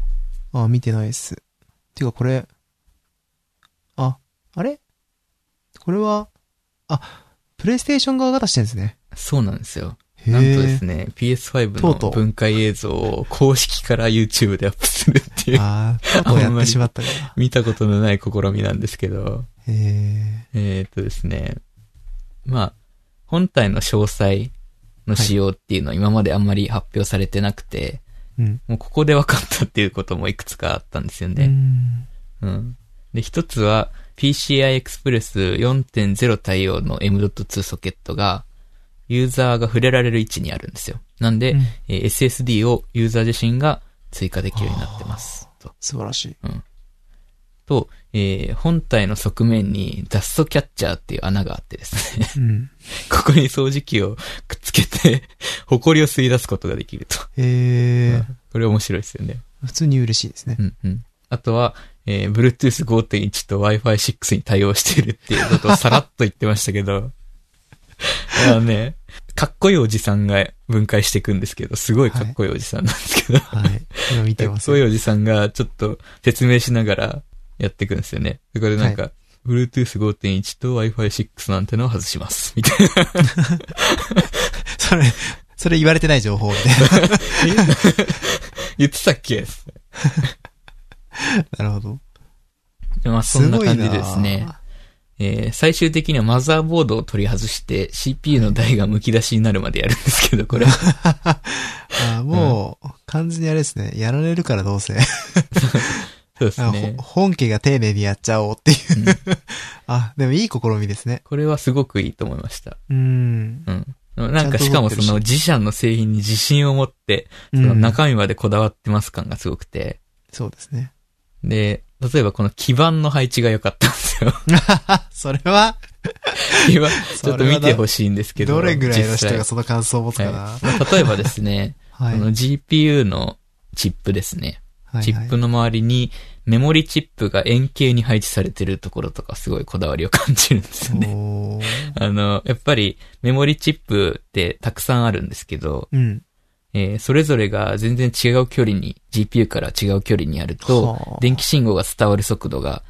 S1: あ、見てないっす。てかこれ、あ、あれこれは、あ、プレイステーション側が出してるんですね。
S2: そうなんですよ。
S1: へー
S2: なんとですね、PS5
S1: とうと
S2: の
S1: う
S2: 分解映像を公式から YouTube でアップするっていう、
S1: ああ、とうとうやってしまったか。
S2: 見たことのない試みなんですけど、
S1: へえ。
S2: えーっとですね、まあ、本体の詳細の仕様っていうのは今まであんまり発表されてなくて、
S1: うん。
S2: もうここで分かったっていうこともいくつかあったんですよね。
S1: うん
S2: うん。で、一つは PCI Express 4.0対応の M.2 ソケットが、ユーザーが触れられる位置にあるんですよ。なんで、
S1: うん
S2: えー SSD をユーザー自身が追加できるようになってます。と。
S1: 素晴らしい。
S2: と、えー本体の側面に雑素キャッチャーっていう穴があってですね、
S1: うん。
S2: ここに掃除機をくっつけて、 ホコリを吸い出すことができると。
S1: へえ。
S2: これ面白いですよね。
S1: 普通に嬉しいですね。
S2: うんうん。あとは、えー Bluetooth 5.1と Wi-Fi6 に対応しているっていうことをさらっと言ってましたけど、 あのね、かっこいいおじさんが分解していくんですけど、すごいかっこいいおじさんなんですけど、
S1: はい。今見て
S2: か
S1: ま
S2: っ
S1: す
S2: こいい
S1: よ。
S2: おじさんがちょっと説明しながらやっていくんですよね。そこでなんか、Bluetooth5.1 と Wi-Fi6 なんてのを外します。みたいな。
S1: それ、それ言われてない情報で。
S2: 言ってたっけ
S1: なるほど。
S2: まあそ
S1: す
S2: んな
S1: ごい
S2: 感
S1: な
S2: じですね。。えー最終的にはマザーボードを取り外して CPU の台が剥き出しになるまでやるんですけど、これは。
S1: あーもう、完全にあれですね。やられるからどうせ。
S2: そうです
S1: あ
S2: ね
S1: ほ。本家が丁寧にやっちゃおうっていう。あ、でもいい試みですね。
S2: これはすごくいいと思いました。
S1: うん。
S2: うん。なん
S1: ちゃんと動いて
S2: か
S1: るし
S2: しかもその自社の製品に自信を持って、
S1: う
S2: その
S1: ん、
S2: 中身までこだわってます感がすごくて。
S1: そうですね。
S2: で、例えばこの基板の配置が良かったんですよ。
S1: それは、
S2: 基板、ち
S1: それは
S2: ょっと見てほしいんですけど。
S1: どれぐらいの人が
S2: 実
S1: その感想を持つか
S2: 際は。
S1: ない
S2: まあ例えばですね、
S1: はい。
S2: この GPU のチップですね。
S1: はい
S2: チップの周りにメモリチップが円形に配置されてるところとかすごいこだわりを感じるんですよね。
S1: おー
S2: あの、やっぱりメモリチップってたくさんあるんですけど、
S1: うん。
S2: えーそれぞれが全然違う距離に、GPU から違う距離にあると、
S1: はあ
S2: 電気信号が伝わる速度が、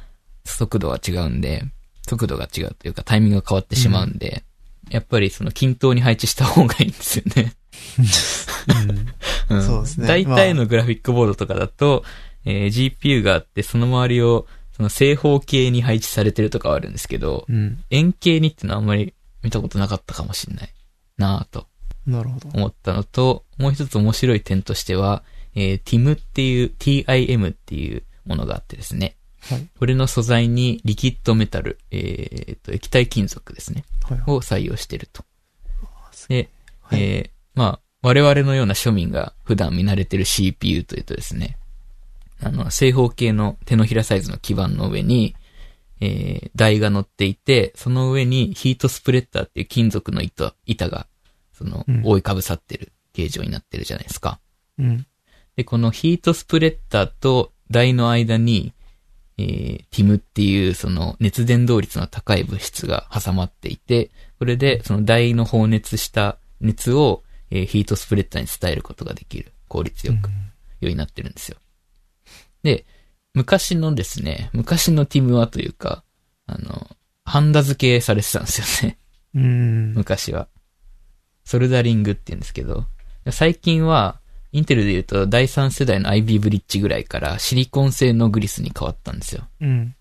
S2: 速度は違うんで、速度が違うというかタイミングが変わってしまうんで、やっぱりその均等に配置した方がいいんですよ ね。
S1: うん
S2: ん
S1: そうですね
S2: 大体のグラフィックボードとかだと、えー GPU があって、その周りを、その正方形に配置されてるとかはあるんですけど、
S1: うん。
S2: 円形にってのはあんまり見たことなかったかもしれないなぁと
S1: なるほど。
S2: 思ったのと、もう一つ面白い点としては、えー TIM っていう、TIM っていうものがあってですね。
S1: はい。
S2: これの素材にリキッドメタル、えーっと、液体金属ですね。
S1: はいはい。
S2: を採用してると。
S1: す
S2: で、
S1: はい
S2: えーまあ、我々のような庶民が普段見慣れてる CPU というとですね、あの、正方形の手のひらサイズの基板の上に、えー台が乗っていて、その上にヒートスプレッダーっていう金属の板板が、その
S1: う、ん
S2: 覆いかぶさってる形状になってるじゃないですか。
S1: うん。
S2: で、このヒートスプレッダーと台の間に、えー、TIM っていうその熱伝導率の高い物質が挟まっていて、これでその台の放熱した熱を、えーヒートスプレッダーに伝えることができる。効率よく、ようになってるんですよ。で、昔のですね、昔の TIM はというか、あの、ハンダ付けされてたんですよね。
S1: うん。
S2: 昔は。ソルダリングって言うんですけど、最近は、インテルで言うと第3世代の IB ブリッジぐらいからシリコン製のグリスに変わったんですよ。
S1: うん。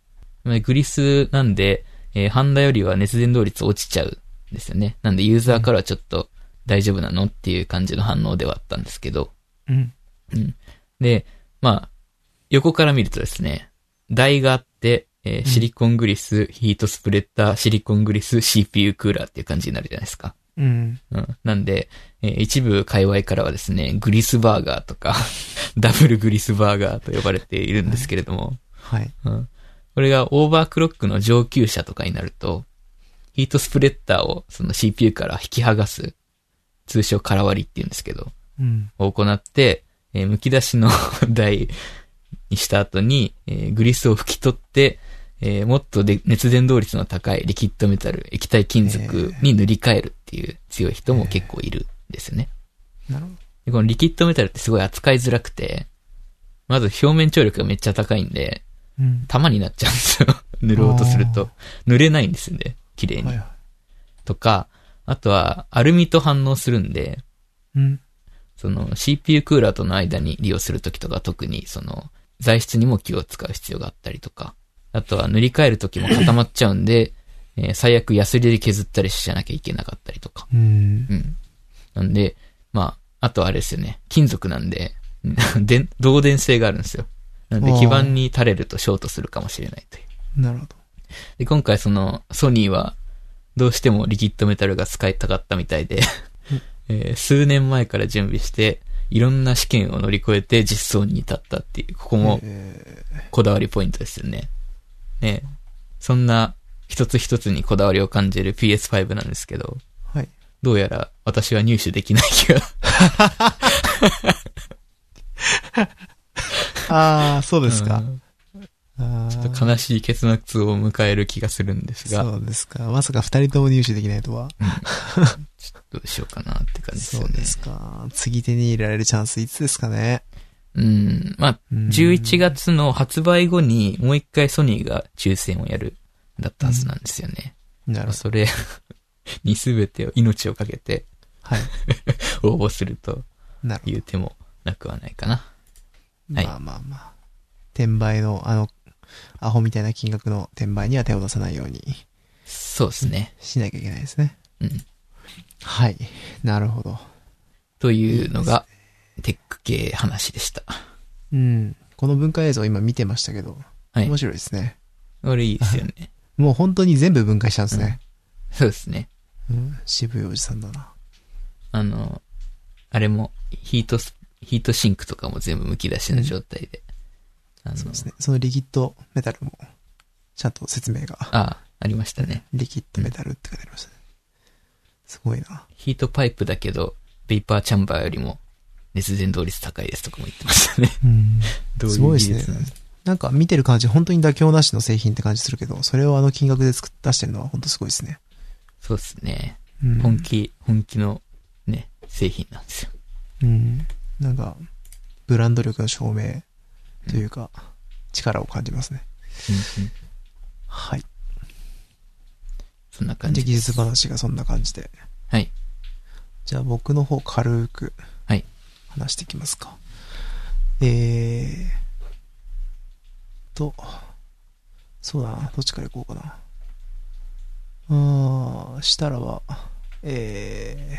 S2: まあグリスなんで、えーハンダよりは熱伝導率落ちちゃうんですよね。なんでユーザーからはちょっと大丈夫なのっていう感じの反応ではあったんですけど。
S1: うん。
S2: で、まあ、横から見るとですね、台があって、えーシリコングリス、ヒートスプレッダー、シリコングリス、CPU クーラーっていう感じになるじゃないですか。
S1: うん。
S2: うん。なんで、えー一部界隈からはですね、グリスバーガーとか、 ダブルグリスバーガーと呼ばれているんですけれども、
S1: はい。
S2: うん。これがオーバークロックの上級者とかになると、ヒートスプレッダーをその CPU から引き剥がす、通称空割りって言うんですけど、
S1: うん。
S2: を行って、えー剥き出しの 台にした後に、えーグリスを拭き取って、えーもっとで熱伝導率の高いリキッドメタル、液体金属に塗り替えるっていう強い人も結構いるんですよね。
S1: なるほ
S2: でこのリキッドメタルってすごい扱いづらくて、まず表面張力がめっちゃ高いんで、
S1: ど。うん。
S2: 玉になっちゃうんですよ。塗ろうとすると。塗れないんですよね、綺麗に。
S1: はいは
S2: とか、あとはアルミと反応するんで、
S1: うん。
S2: その CPU クーラーとの間に利用するときとか特にその材質にも気を使う必要があったりとか、あとは塗り替えるときも固まっちゃうんで、えー最悪ヤスリで削ったりしなきゃいけなかったりとか。
S1: うん。
S2: うん。なんで、まあ、あとあれですよね。金属なんで、 で、導電性があるんですよ。なんで
S1: あー
S2: 基板に垂れるとショートするかもしれないという。
S1: なるほど。
S2: で、今回その、ソニーは、どうしてもリキッドメタルが使いたかったみたいで、 えー数年前から準備して、いろんな試験を乗り越えて実装に至ったっていう、ここも
S1: え
S2: こだわりポイントですよね。ねそんな一つ一つにこだわりを感じる PS5 なんですけど、
S1: ーはい。
S2: どうやら私は入手できない気が。
S1: ああ、そうです
S2: う
S1: か。
S2: ん
S1: あ
S2: ちょっ
S1: ー
S2: と悲しい結末を迎える気がするんですが、
S1: そうですか。まさか二人とも入手できないとは。
S2: どうしようかなって感じです
S1: そ
S2: よ
S1: う
S2: ね。
S1: ですか。次手に入れられるチャンスいつですかね。
S2: うん。まあ、
S1: うん
S2: 11。月の発売後にもう一回ソニーが抽選をやる、だったはずなんですよね。
S1: なるほど。
S2: それ に全てを、命をかけて
S1: はい。
S2: 応募すると
S1: なるほ
S2: いう手もなくはないかな。
S1: ど。
S2: はい
S1: まあまあまあ。転売の、あの、アホみたいな金額の転売には手を出さないように
S2: そうですね。
S1: しなきゃいけないですね。
S2: うん。
S1: はい。なるほど。
S2: というのが、テック系話でした。
S1: うん。この文化映像今見てましたけど、
S2: はい
S1: 面。白いですね。
S2: これいいです よね。
S1: もう本当に全部分解したんですね。
S2: そうですね。
S1: うん、渋いおじさんだな。
S2: あの、あれも、ヒートス、ヒートシンクとかも全部剥き出しの状態で。あの
S1: そうですね。そのリキッドメタルも、ちゃんと説明が。
S2: ああ、ありましたね。
S1: リキッドメタルって書いてありましたね。すごいな。
S2: ヒートパイプだけど、ベイパーチャンバーよりも熱伝導率高いですとかも言ってましたね。
S1: うん。
S2: どういう
S1: すごいです
S2: 技術
S1: ね
S2: なんですか。
S1: なんか見てる感じ、本当に妥協なしの製品って感じするけど、それをあの金額で作っ出してるのは本当すごいですね。
S2: そうですね。
S1: うん。
S2: 本気、本気のね、製品なんですよ。
S1: うん。なんか、ブランド力の証明というか、力を感じますね。
S2: うんうん
S1: はい。
S2: そんな感
S1: じゃ
S2: じ
S1: あ技術話がそんな感じで。
S2: はい。
S1: じゃあ僕の方軽く
S2: はい。
S1: 話していきますか。えーと、そうだな、どっちから行こうかな。あー、したらは、え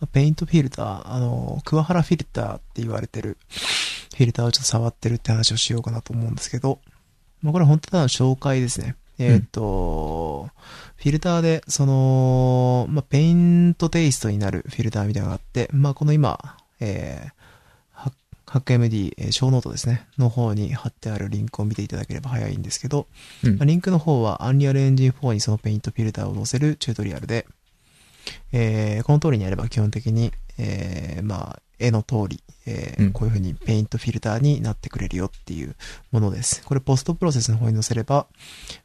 S1: ー、ペイントフィルター、あの、桑原フィルターって言われてるフィルターをちょっと触ってるって話をしようかなと思うんですけど、まあ、これは本当ただの紹介ですね。えーっと、フィルターで、その、まあ、ペイントテイストになるフィルターみたいなのがあって、まあ、この今、えー、ハック MD、えーショーノートですね、の方に貼ってあるリンクを見ていただければ早いんですけど、
S2: うん
S1: まあリンクの方は Unreal Engine 4にそのペイントフィルターを載せるチュートリアルで、えーこの通りにやれば基本的に、えーまあ、絵の通り、えー
S2: うん
S1: こういう風にペイントフィルターになってくれるよっていうものです。これポストプロセスの方に載せれば、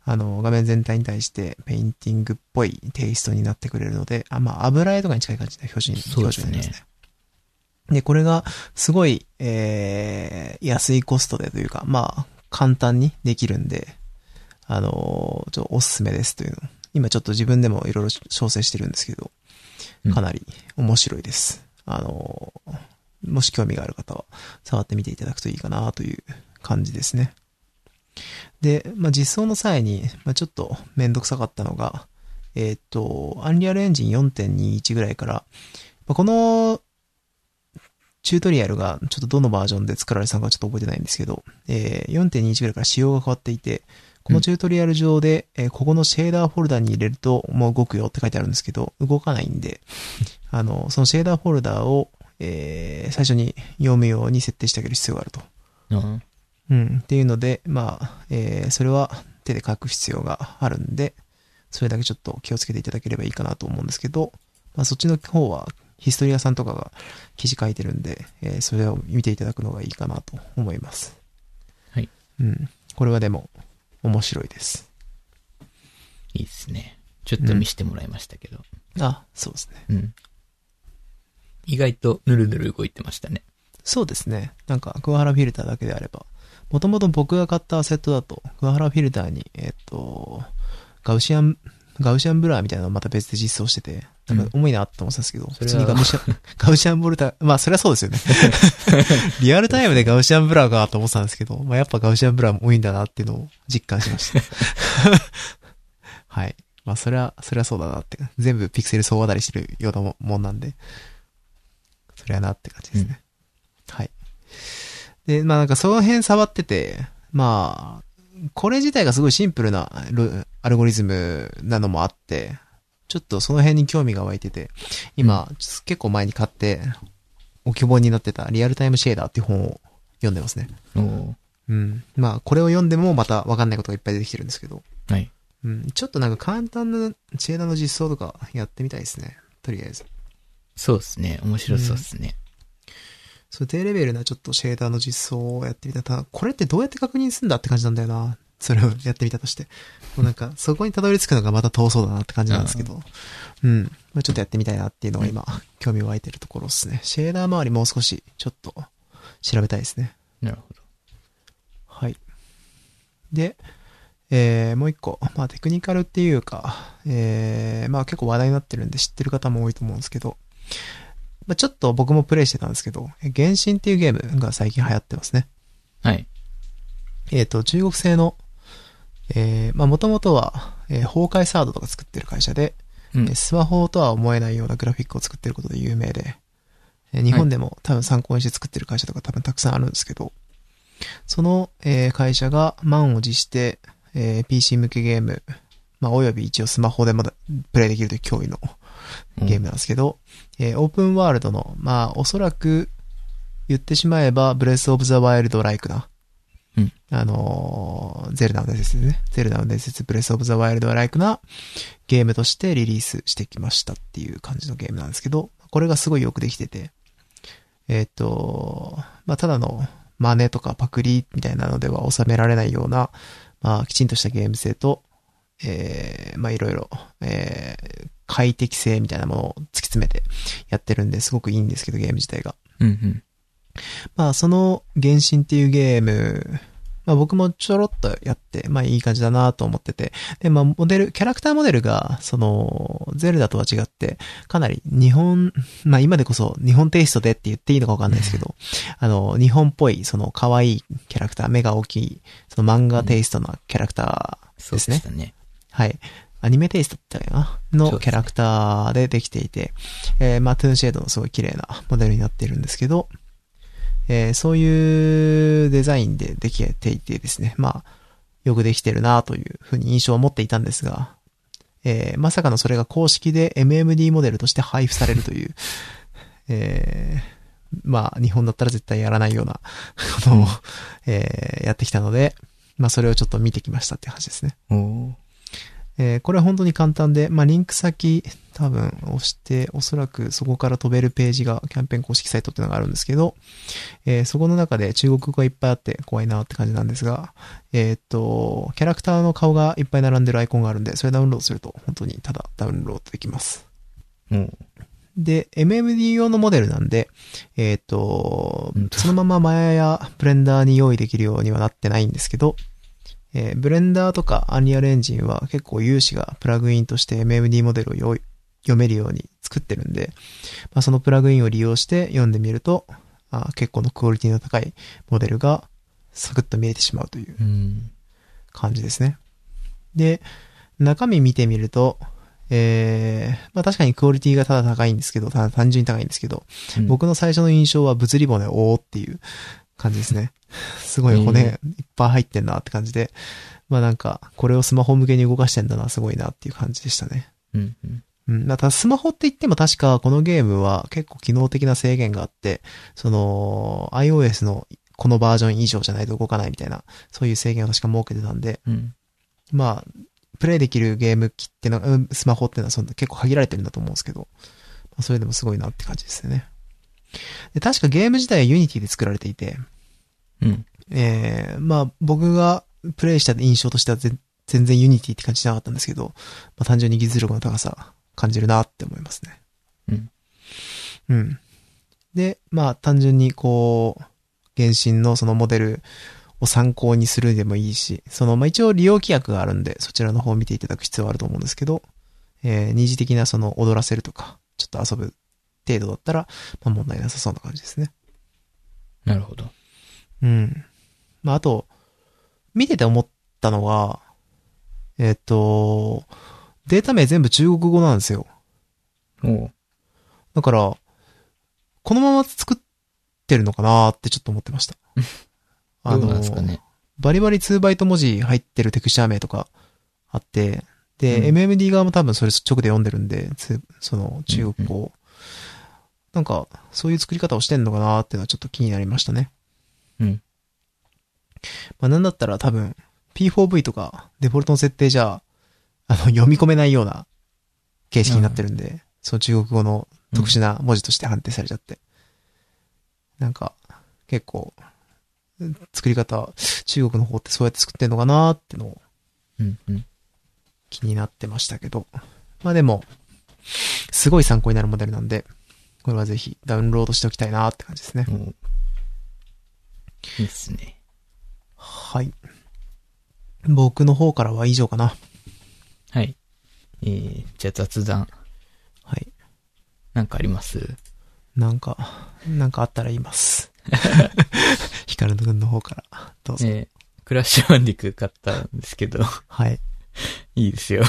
S1: あの、画面全体に対してペインティングっぽいテイストになってくれるので、あ、まあ、油絵とかに近い感じの表示に、
S2: そうで
S1: 表
S2: す
S1: 示
S2: ね
S1: になりますね。で、これが、すごい、えー、安いコストでというか、まあ、簡単にできるんで、あのーちょっとおすすめですというの。今ちょっと自分でもいろいろ調整してるんですけど
S2: うん、
S1: かなり面白いです。あのーもし興味がある方は、触ってみていただくといいかなという感じですね。で、まあ、実装の際に、まあ、ちょっとめんどくさかったのが、えーっと、Unreal Engine 4.21ぐらいから、まあこのチュートリアルがちょっとどのバージョンで作られたのかちょっと覚えてないんですけど、えー4.21ぐらいから仕様が変わっていて、このチュートリアル上で、えーここのシェーダーフォルダに入れるともう動くよって書いてあるんですけど、動かないんで、あの、そのシェーダーフォルダを、えー最初に読むように設定してあげる必要があると。
S2: うん。
S1: うん、っていうので、まあ、えーそれは手で書く必要があるんで、それだけちょっと気をつけていただければいいかなと思うんですけど、まあ、そっちの方はヒストリアさんとかが記事書いてるんで、えーそれを見ていただくのがいいかなと思います。
S2: はい。
S1: うん。これはでも、面白いです。
S2: いいですね。ちょっと見せてもらいましたけど。
S1: あ、そうですね。
S2: うん。意外とぬるぬる動いてましたね。
S1: そうですね。なんか、クワハラフィルターだけであれば、もともと僕が買ったアセットだと、クワハラフィルターに、えっと、ガウシアンガウシアンブラーみたいなのをまた別で実装してて、なんか重いなと思ってたんですけど、普
S2: それは
S1: 通にガウシアン、ガウシアンボルタ、 まあそれはそうですよね。リアルタイムでガウシアンブラーかと思ってたんですけど、まあやっぱガウシアンブラーも多いんだなっていうのを実感しました。はい。まあそれは、それはそうだなって。全部ピクセル総当たりしてるようなももんなんで、それはなって感じですね。はい。で、まあなんかその辺触ってて、まあ、これ自体がすごいシンプルなルアルゴリズムなのもあって、ちょっとその辺に興味が湧いてて、今、結構前に買って、お希望になってたリアルタイムシェーダーっていう本を読んでますね。
S2: おー
S1: うん。まあ、これを読んでもまたわかんないことがいっぱい出てきてるんですけど、
S2: はい。
S1: うん。ちょっとなんか簡単なシェーダーの実装とかやってみたいですね。とりあえず。
S2: そうですね。面白そうですね。
S1: そう、低レベルなちょっとシェーダーの実装をやってみた。ただ、これってどうやって確認するんだって感じなんだよな。それをやってみたとして。もうなんか、そこにたどり着くのがまた遠そうだなって感じなんですけど。うん。まあ、ちょっとやってみたいなっていうのが今、興味湧いてるところですね。シェーダー周りもう少し、ちょっと、調べたいですね。
S2: なるほど。
S1: はい。で、えーもう一個。まあ、テクニカルっていうか、えーまあ結構話題になってるんで知ってる方も多いと思うんですけど、まあちょっと僕もプレイしてたんですけど、え原神っていうゲームが最近流行ってますね。
S2: はい。
S1: えっ、と、中国製の、えーまあもともとは、えー崩壊サードとか作ってる会社で、
S2: うん
S1: えー。スマホとは思えないようなグラフィックを作ってることで有名で、えー日本でも多分参考にして作ってる会社とか多分たくさんあるんですけど、その、えー会社が満を持して、えー PC 向けゲーム、まあ、および一応スマホでまだプレイできるという脅威のゲームなんですけど、えーオープンワールドの、まあ、おそらく言ってしまえば、ブレスオブザワイルドライクな、
S2: うん
S1: あのーゼルダの伝説ですね。ゼルダの伝説、ブレスオブザワイルドライクなゲームとしてリリースしてきましたっていう感じのゲームなんですけど、これがすごいよくできてて、えーっ、と、まあ、ただの真似とかパクリみたいなのでは収められないような、まあ、きちんとしたゲーム性と、えー、まあ、いろいろ、えー、快適性みたいなものを突き詰めてやってるんで、すごくいいんですけど、ゲーム自体が。
S2: うんうん。
S1: まあ、その、原神っていうゲーム、まあ僕もちょろっとやって、まあいい感じだなと思ってて。で、まあモデル、キャラクターモデルが、その、ゼルダとは違って、かなり日本、まあ今でこそ日本テイストでって言っていいのかわかんないですけど、あの、日本っぽい、その可愛いキャラクター、目が大きい、その漫画テイストなキャラクター、
S2: そうでしたね。
S1: はい。アニメテイストって言ったかな
S2: そう
S1: の
S2: ですね
S1: キャラクターでできていて、えーまあ、トゥーンシェードのすごい綺麗なモデルになっているんですけど、えーそういうデザインでできていてですね、まあ、よくできてるなというふうに印象を持っていたんですが、えーまさかのそれが公式で MMD モデルとして配布されるという、 えーまあ、日本だったら絶対やらないようなことを、えーやってきたので、まあ、それをちょっと見てきましたって話ですね。
S2: おお
S1: えーこれは本当に簡単で、まあ、リンク先多分押して、おそらくそこから飛べるページがキャンペーン公式サイトっていうのがあるんですけど、えーそこの中で中国語がいっぱいあって怖いなって感じなんですが、えーっと、キャラクターの顔がいっぱい並んでるアイコンがあるんで、それダウンロードすると本当にただダウンロードできます。
S2: ーおー
S1: で、MMD 用のモデルなんで、えっ、と
S2: うん、
S1: そのままマヤやブレンダーに用意できるようにはなってないんですけど、えーブレンダーとかアンリアルエンジンは結構有志がプラグインとして MMD モデルを用意読めるように作ってるんで、まあ、そのプラグインを利用して読んでみると、あー結構のクオリティの高いモデルがサクッと見えてしまうという
S2: うん。
S1: 感じですね。で、中身見てみると、えー、まあ確かにクオリティがただ高いんですけど、ただ単純に高いんですけど、
S2: うん、
S1: 僕の最初の印象は物理骨おーっていう感じですね。 すごい骨い
S2: え
S1: っぱい入ってんなって感じで、まあなんか、これをスマホ向けに動かしてんだな、すごいなっていう感じでしたね。
S2: うんうん。
S1: うん、またスマホって言っても確かこのゲームは結構機能的な制限があって、その iOS のこのバージョン以上じゃないと動かないみたいな、そういう制限を確か設けてたんで、
S2: うん。
S1: まあ、プレイできるゲーム機ってのは、うんスマホってのはそんな結構限られてるんだと思うんですけど、まあ、それでもすごいなって感じですよね。で、確かゲーム自体は Unity で作られていて、
S2: うん。
S1: えー、まあ僕がプレイした印象としては全全然 Unity って感じしなかったんですけど、まあ単純に技術力の高さ感じるなって思いますね。
S2: うん。
S1: うん。で、まあ単純にこう、原神のそのモデルを参考にするでもいいし、その、まあ、一応利用規約があるんで、そちらの方を見ていただく必要はあると思うんですけど、えー二次的なその踊らせるとか、ちょっと遊ぶ程度だったら、まあ、問題なさそうな感じですね。
S2: なるほど。
S1: うん。まあ、あと、見てて思ったのは、えっと、データ名全部中国語なんですよ。
S2: おう
S1: だから、このまま作ってるのかなーってちょっと思ってました。
S2: どうなんですかね。
S1: バリバリ2バイト文字入ってるテクスチャー名とかあって、で、
S2: うん
S1: MMD 側も多分それ直で読んでるんで、つその中国語を、なんか、そういう作り方をしてんのかなーっていうのはちょっと気になりましたね。
S2: うん。
S1: まあ、なんだったら多分、P4V とか、デフォルトの設定じゃ、あの、読み込めないような形式になってるんで、その中国語の特殊な文字として判定されちゃって。なんか、結構、うん作り方、中国の方ってそうやって作ってんのかなーってのを
S2: うんうん。
S1: 気になってましたけど。まあでも、すごい参考になるモデルなんで、これはぜひダウンロードしておきたいなーって感じですね。
S2: おういいっすね。
S1: はい。僕の方からは以上かな。
S2: はい。えー、じゃあ雑談、
S1: はい。
S2: なんかあります
S1: なんか、なんかあったら言い ます。ヒカルくんの方から、どうぞ。
S2: えー、クラッシュバンディク買ったんです けど、
S1: はい。
S2: いいですよ。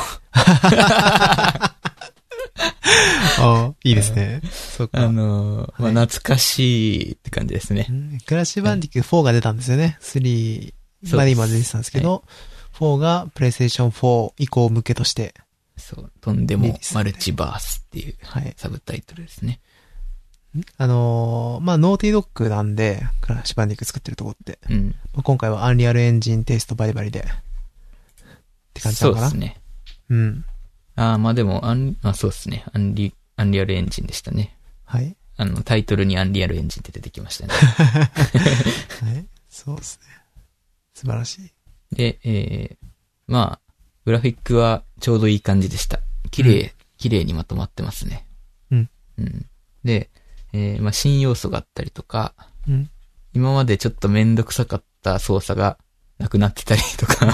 S1: あいいですね。そう
S2: あ
S1: か。
S2: のー、まあ、懐かしいって感じですね
S1: う。んクラッシュバンディック4が出たんですよね。3
S2: そう
S1: まで今出てたんですけど、4がプレイステーション4以降向けとして、
S2: そう。とんで
S1: いい
S2: も
S1: ですね
S2: マルチバースっていう
S1: はい。
S2: サブタイトルですね。
S1: あのーまあ、ノーティードッグなんで、クラッシュバンディック作ってるとこって、
S2: うん。
S1: まあ今回はアンリアルエンジンテイストバリバリで、って感じなの
S2: そう
S1: か
S2: で
S1: な
S2: すね。
S1: うん。
S2: ああ、まあでも、アン、あそうですね。アンリ、アンリアルエンジンでしたね。
S1: はい。
S2: あの、タイトルにアンリアルエンジンって出てき ましたね。
S1: はい。そうですね。素晴らしい。
S2: で、えー、まあ、グラフィックはちょうどいい感じでした。綺麗、綺麗にまとまってますね。
S1: うん。
S2: うん。で、えー、まあ、新要素があったりとか、
S1: うん。
S2: 今までちょっとめんどくさかった操作がなくなってたりとか、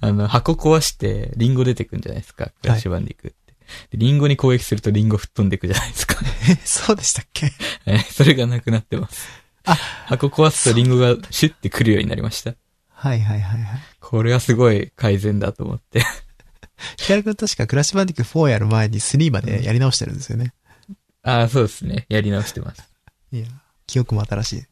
S2: あの、箱壊して、リンゴ出てくんじゃないですか。クラッシュバンディクって。でリンゴに攻撃するとリンゴ吹っ飛んでくじゃないですか。
S1: え、そうでしたっけ
S2: えそれがなくなってます。
S1: あ
S2: 箱壊すとリンゴがシュッてくるようになりました。
S1: はいはいはいはい。
S2: これはすごい改善だと思って。
S1: ヒカル君確かクラッシュバンディック4やる前に3までやり直してるんですよね。
S2: ああ、そうですね。やり直してます。
S1: いや、記憶も新しい。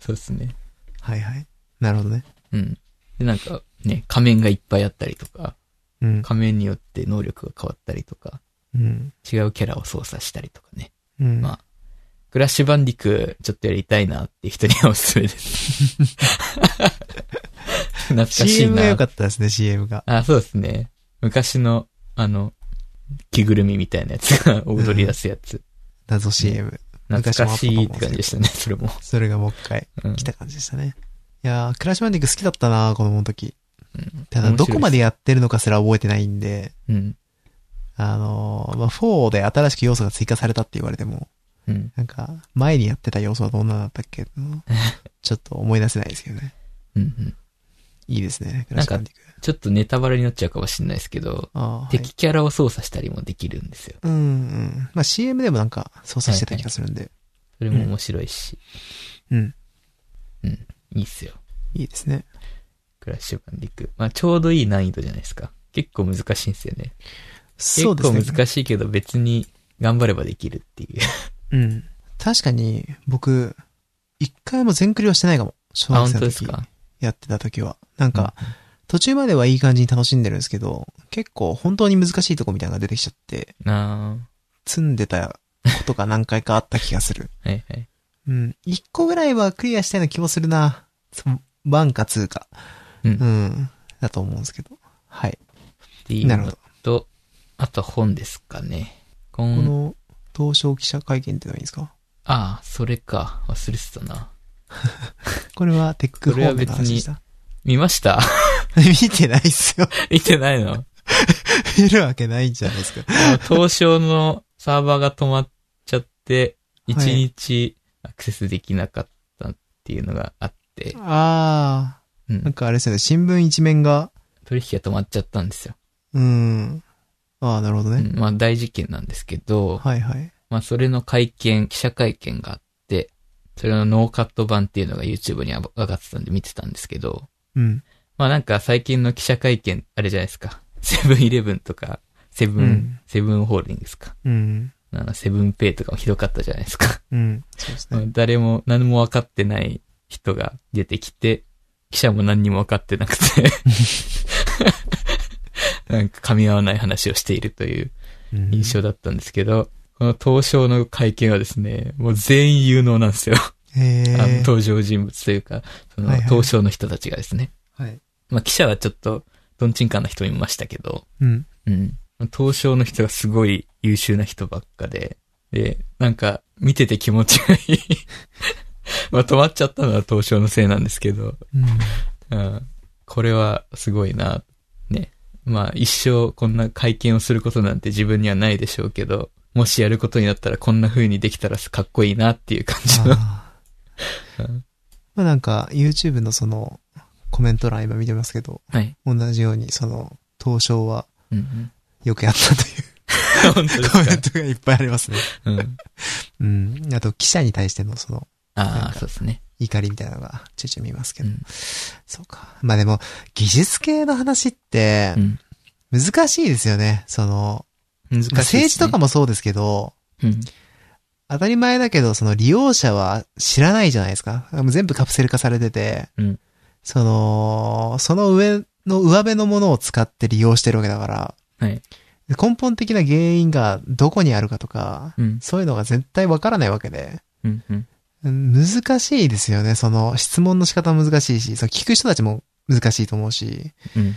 S2: そうですね。
S1: はいはい。なるほどね。
S2: うん。で、なんか、ね、仮面がいっぱいあったりとか、
S1: うん。
S2: 仮面によって能力が変わったりとか、
S1: うん。
S2: 違うキャラを操作したりとかね。
S1: うん。
S2: まあクラッシュバンディク、ちょっとやりたいなって人にはおすすめです。 懐かしい
S1: CM
S2: な
S1: が。良かったですね、CM が。
S2: あ、そうですね。昔の、あの、着ぐるみみたいなやつが踊り出すやつ。
S1: 謎 CM。
S2: 懐かしいって感じでしたね、それも。
S1: それがもう一回
S2: うん
S1: 来た感じでしたね。いやー、クラッシュバンディック好きだったな子供の時。
S2: うん
S1: ただ、どこまでやってるのかすら覚えてないんで、
S2: うん。
S1: あのーまあ、4で新しく要素が追加されたって言われても、
S2: うん。
S1: なんか、前にやってた要素はどんなだったっけっていうのをちょっと思い出せないですけどね。
S2: うんうん。
S1: いいですね、クラッ
S2: な
S1: シ
S2: ん
S1: ュ
S2: か
S1: バンディック。
S2: ちょっとネタバレになっちゃうかもしれないですけど、
S1: ああ、はい
S2: 敵キャラを操作したりもできるんですよ。
S1: うんうん。まあ、CM でもなんか操作してた気がするんで、
S2: それも面白いし、
S1: うん。
S2: いいっすよ。
S1: いいですね。
S2: クラッシュバンディク。まあ、ちょうどいい難易度じゃないですか。結構難しいんですよね。
S1: そ
S2: 結
S1: うです
S2: 構
S1: ね。
S2: 難しいけど別に頑張ればできるっていう。
S1: うん。確かに、僕、一回も全クリはしてないかも。小
S2: あ、
S1: 学
S2: 本
S1: 生
S2: 当
S1: の
S2: です
S1: 時
S2: か
S1: やってた時は。なんか、、途中まではいい感じに楽しんでるんですけど、結構本当に難しいとこみたいなのが出てきちゃって、
S2: うんあ
S1: 積んでたことが何回かあった気がす る。
S2: ーはいはい。
S1: うん。一個ぐらいはクリアしたような気もするな。そ1か2か。
S2: うん
S1: うん。だと思うんですけど。はい。
S2: っていう
S1: なる
S2: の
S1: ほ
S2: と、あと本ですかね。こ
S1: こ
S2: ん
S1: の、東証記者会見ってのはいいんですか
S2: ああ、それか。忘れてたな。
S1: これはテック
S2: そ
S1: ホ
S2: れは
S1: ーム
S2: 別
S1: の
S2: に
S1: 話でした。
S2: 見ました
S1: 見てないっすよ。
S2: 見てないの
S1: 見るわけないんじゃないですか。
S2: あの東証のサーバーが止まっちゃって、
S1: はい
S2: 1日アクセスできなかったっていうのがあっって、
S1: あ
S2: う
S1: あ、なん
S2: ん、
S1: かあれですよね、新聞一面が、
S2: 取引が止まっちゃったんですよ。
S1: うん。ああ、なるほど
S2: う
S1: ね。
S2: ん、まあ大事件なんですけど、
S1: はいはい。
S2: まあそれの会見、記者会見があって、それのノーカット版っていうのが YouTube に上がってたんで見てたんですけど、
S1: うん。
S2: まあなんか最近の記者会見、あれじゃないですか。セブンイレブンとか、セブン、
S1: うん
S2: セブンホールディングスか。
S1: うん。
S2: あのセブンペイとかもひどかったじゃないですか。
S1: うん。そうですね。
S2: 誰も何も分かってない人が出てきて、記者も何にも分かってな くて、なんか噛み合わない話をしているという
S1: うん
S2: 印象だったんですけど、この東証の会見はですね、もう全員有能なんですよ。
S1: へ
S2: あの
S1: え。
S2: 登場人物というか、その
S1: はいはい
S2: 東証の人たちがですね。
S1: はい。
S2: まあ記者はちょっと、どんちんかんな人もいましたけど、
S1: うん。
S2: うん。東証の人がすごい優秀な人ばっかで、で、なんか、見てて気持ちがい い。まあ、止まっちゃったのは東証のせいなんですけど、
S1: うん。
S2: うん。これはすごいな。ね。まあ、一生こんな会見をすることなんて自分にはないでしょうけど、もしやることになったらこんな風にできたらかっこいいなっていう感じの。
S1: ああまあなんか、YouTube のその、コメント欄今見てますけど、
S2: はい。
S1: 同じように、その、東証は
S2: うんうん。
S1: よくやったとい
S2: 本当で
S1: うコメ
S2: す
S1: ントがいっぱいありますね。
S2: か。うん。
S1: うん。あと、記者に対してのその、
S2: ああ、そうですね。
S1: 怒りみたいなのが、ちょいちょい見ますけ
S2: う
S1: ど。
S2: ん。
S1: そうか。まあでも、技術系の話って
S2: う、ん。
S1: 難しいですよね。その、
S2: 難しい、
S1: まあ政治とか
S2: も。
S1: もそうですけど、
S2: うん。
S1: 当たり前だけど、その利用者は知らないじゃないですか。もう全部カプセル化されてて、
S2: うん
S1: その、その上の上辺のものを使って利用してるわけだから、
S2: はい。
S1: 根本的な原因がどこにあるかとか、
S2: うん。
S1: そういうのが絶対わからないわけで、
S2: うん。うん。
S1: うん難しいですよね。その質問の仕方も難しいし、その聞く人たちも難しいと思うし、
S2: うん。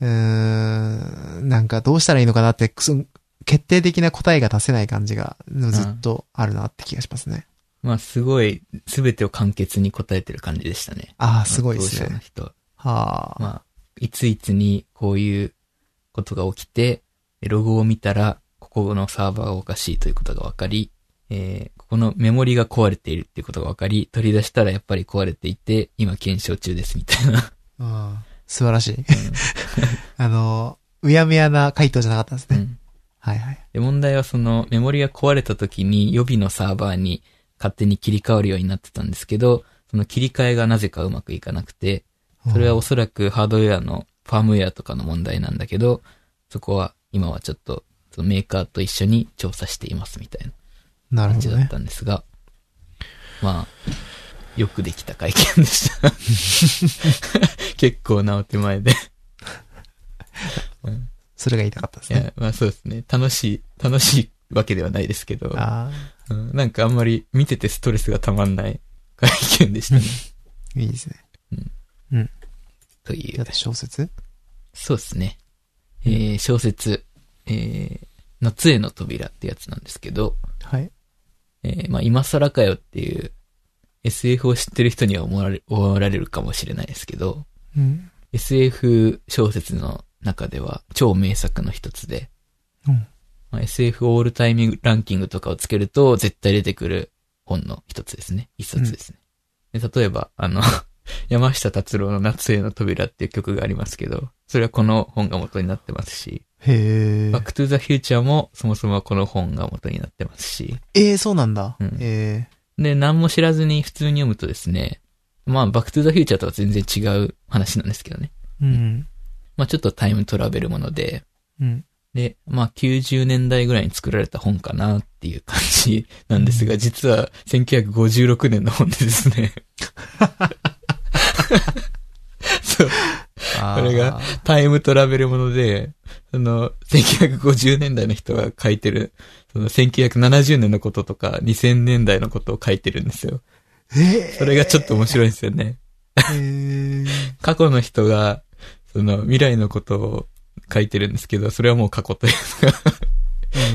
S1: うーん、なんかどうしたらいいのかなって、その決定的な答えが出せない感じがずっとあるなって気がしますね。
S2: まあ、すごい、すべてを簡潔に答えてる感じでしたね。
S1: ああ、すごいです
S2: 当初の
S1: ね。
S2: 人。
S1: はあ。
S2: まあ、いついつにこういうことが起きて、ログを見たら、ここのサーバーがおかしいということが分かり、えーここのメモリが壊れているっていうことが分かり、取り出したらやっぱり壊れていて、今検証中ですみたいな。
S1: うん素晴らしい。 あの、うやむやな回答じゃなかったです
S2: う
S1: ね。
S2: ん
S1: はいはい。
S2: で、問題はそのメモリが壊れた時に予備のサーバーに勝手に切り替わるようになってたんですけど、その切り替えがなぜかうまくいかなくて、それはおそらくハードウェアのファームウェアとかの問題なんだけど、そこは今はちょっとそのメーカーと一緒に調査していますみたいな
S1: なる
S2: 感
S1: ほ
S2: じ
S1: ど
S2: だっ
S1: ね。
S2: たんですが、まあ、よくできた会見でした。 結構なお手 前で。
S1: それが言いたかったです
S2: い
S1: ね。
S2: や、まあそうですね。楽しい、楽しいわけではないですけど、
S1: あ
S2: うんなんかあんまり見ててストレスがたまんない会見でした ね。
S1: あ、いいですね。
S2: という
S1: だっ。て小説
S2: そうですね。えー小説、えー夏への扉ってやつなんですけど、
S1: はい。
S2: えーまあ、今更かよっていう SF を知ってる人には思われ思われるかもしれないですけど、
S1: うん。
S2: SF 小説の中では超名作の一つで、
S1: うん
S2: まあ SF オールタイムランキングとかをつけると絶対出てくる本の一つですね。一冊ですね。で例えば、あの、 山下達郎の夏への扉っていう曲がありますけど、それはこの本が元になってますし、
S1: へえ
S2: バッ。クトゥーザフューチャーもそもそもはこの本が元になってますし、
S1: ええ、そうなんだ
S2: うん。
S1: え
S2: で、何も知らずに普通に読むとですね、まあ、バックトゥーザフューチャーとは全然違う話なんですけどね。
S1: え。うん。
S2: まあ、ちょっとタイムトラベルもので、
S1: うん。
S2: で、まあ、90年代ぐらいに作られた本かなっていう感じなんですが、実は1956年の本でですね。そう、
S1: あ
S2: こ
S1: ー
S2: れが。タイムトラベルもので、その、1950年代の人が書いてる、その1970年のこととか2000年代のことを書いてるんですよ。
S1: ええ。
S2: それがちょっと面白いんですよね。
S1: へえ。
S2: 過去の人が、その未来のことを書いてるんですけど、それはもう過去というのが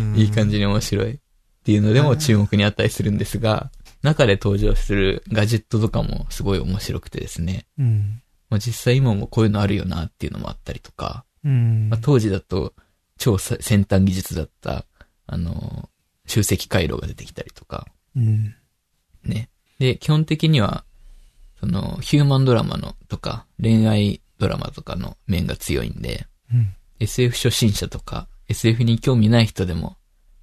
S1: うん
S2: いい感。じに面白いっていうのでも注目に値するんですが、中で登場するガジェットとかもすごい面白くてですね。
S1: うん。
S2: まあ、実際今もこういうのあるよなっていうのもあったりとか、
S1: うん
S2: まあ、。当時だと超さ先端技術だった、あの、集積回路が出てきたりとか、
S1: うん。
S2: ね。で、基本的には、そその、ヒューマンドラマのとか、恋愛ドラマとかの面が強いんで、
S1: うん。
S2: SF 初心者とか、SF に興味ない人でも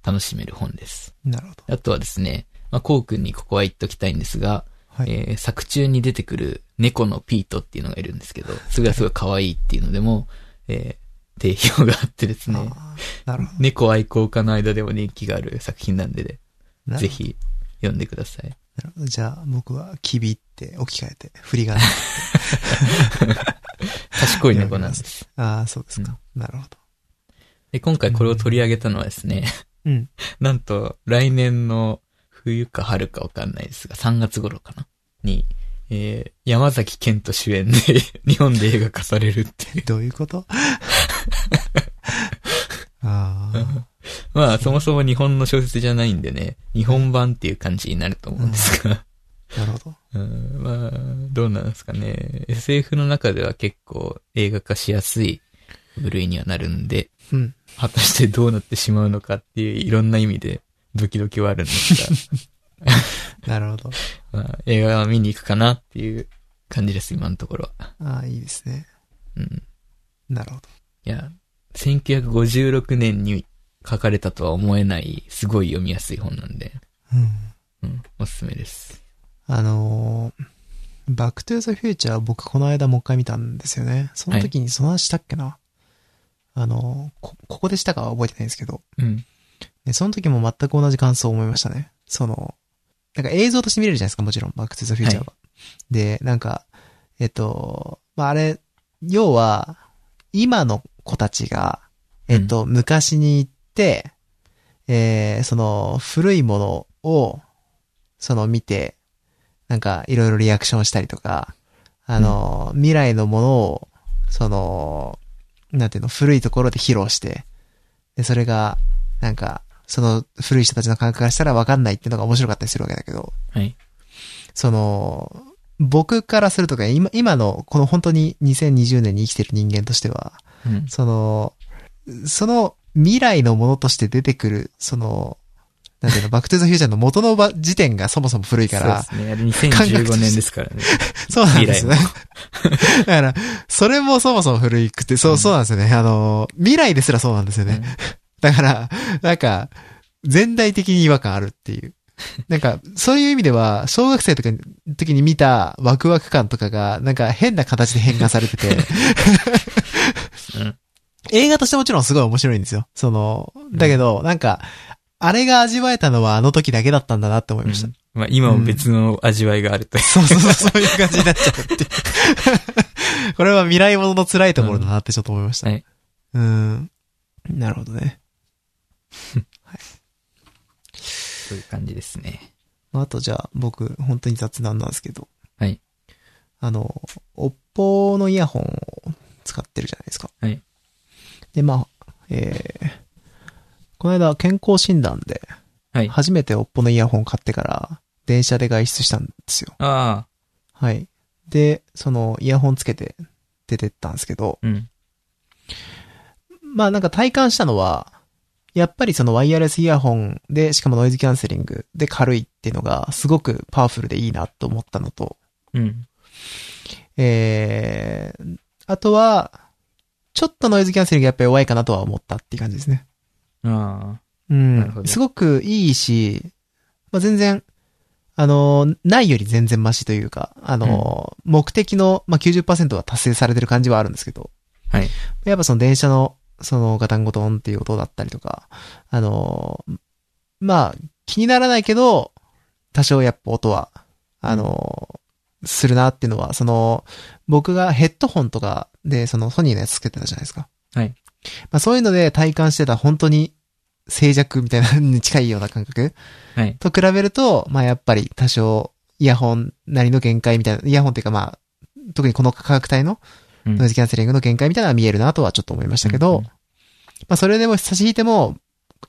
S2: 楽しめる本です。
S1: なるほど。
S2: あとはですね、まあ、コウ君にここは言っときたいんですが、
S1: はい。
S2: えー作中に出てくる猫のピートっていうのがいるんですけど、それがすごい可愛いっていうのでも、えー定評があってですね、
S1: あーなるほ
S2: 猫愛好家の間でも人気がある作品なんでね、
S1: ど。
S2: ぜひ読んでください。
S1: なるほど。じゃあ、僕は、キビって置き換えて、振りが。
S2: 賢い猫なんです。
S1: ああ、そうですか。なるほど。
S2: で、今回これを取り上げたのはですね、
S1: うん。
S2: なんと来年の冬か春かわかんないですが、3月頃かなに、えー山崎健人主演で 日本で映画化されるっていう。
S1: どういうこと ああ、
S2: まあ、そもそも日本の小説じゃないんでね、日本版っていう感じになると思うんですが、
S1: なるほど。
S2: うん、まあ、どうなんですかね。SF の中では結構映画化しやすい部類にはなるんで、
S1: うん。
S2: 果たしてどうなってしまうのかっていういろんな意味でドキドキはあるんです
S1: なるほど。
S2: が、まあ、映画は見に行くかなっていう感じです、今のところは。
S1: ああ、いいですね。
S2: うん。
S1: なるほど。
S2: いや、1956年に書かれたとは思えない、すごい読みやすい本なんで、
S1: うん。
S2: うん、おすすめです。
S1: あのーバックトゥーザフューチャー僕この間もう一回見たんですよね。その時にその話したっけな、あのーこ、ここでしたかは覚えてないんですけど、
S2: うん。
S1: ねその時も全く同じ感想を思いましたね。その、なんか映像として見れるじゃないですか、もちろん、バックトゥザフューチャーは。で、なんか、えっと、まあ、あれ、要は、今の子たちが、えっと、昔に行って、えー、その、古いものを、その、見て、なんか、いろいろリアクションしたりとか、あの、未来のものを、その、なんていうの、古いところで披露して、で、それが、なんか、その古い人たちの感覚からしたら分かんないっていうのが面白かったりするわけだけど、
S2: はい。
S1: その、僕からするとか、今、今の、この本当に2020年に生きてる人間としては、
S2: うん。
S1: その、その未来のものとして出てくる、その、なんていうの、バックトゥーザフューチャーの元の場時点がそもそも古いから、
S2: そうですね。あれ2015年ですからね。
S1: そうなんですよね
S2: 未。
S1: だから、それもそもそも古くて、そう、そうなんですよね。あの、未来ですらそうなんですよね。だから、なんか、全体的に違和感あるっていう。なんか、そういう意味では、小学生とかに、時に見たワクワク感とかが、なんか変な形で変換されてて、
S2: うん
S1: 映画としてもちろんすごい面白いんですよ。その、だけど、なんか、あれが味わえたのはあの時だけだったんだなって思いました。
S2: うんまあ、今も別の味わいがあるという。
S1: そうそうそう、そういう感じになっちゃう っていう。これは未来ものの辛いところだなってちょっと思いました。
S2: うんはい
S1: うん。なるほどね。
S2: そういう感じですね。
S1: あとじゃあ、僕、本当に雑談なんですけど。
S2: はい。
S1: あの、Oppo のイヤホンを使ってるじゃないですか。
S2: はい。
S1: で、まあ、えー、この間健康診断で、
S2: はい。あ
S1: 初めて Oppo のイヤホン買ってから、電車で外出したんですよ。
S2: あ
S1: はい。で、その、イヤホンつけて出てったんですけど、
S2: ー、うん。
S1: まあなんか体感したのは、やっぱりそのワイヤレスイヤホンで、しかもノイズキャンセリングで軽いっていうのが、すごくパワフルでいいなと思ったのと、
S2: うん。
S1: えー、あとは、ちょっとノイズキャンセリングやっぱ弱いかなとは思ったっていう感じですね。
S2: ああ、
S1: う
S2: なるほ
S1: ん。
S2: ど
S1: すごくいいし、まあ、全然、あのー、ないより全然マシというか、あのー、目的の、まあ、90%は達成されてる感じはあるんですけど、
S2: はい。
S1: やっぱその電車の、そのガタンゴトンっていう音だったりとか、あのー、まあ、気にならないけど、多少やっぱ音は、あのー、するなっていうのは、その、僕がヘッドホンとかで、そのソニーのやつつけてたじゃないですか。
S2: はい。
S1: まあそういうので体感してた本当に静寂みたいなの に近いような感覚
S2: はい。
S1: と比べると、まあやっぱり多少イヤホンなりの限界みたいな、イヤホンっていうかまあ、特にこの価格帯の
S2: うん
S1: ノイズキャンセリングの限界みたいなのは見えるなとはちょっと思いましたけど、
S2: うん
S1: まあそれでも差し引いても、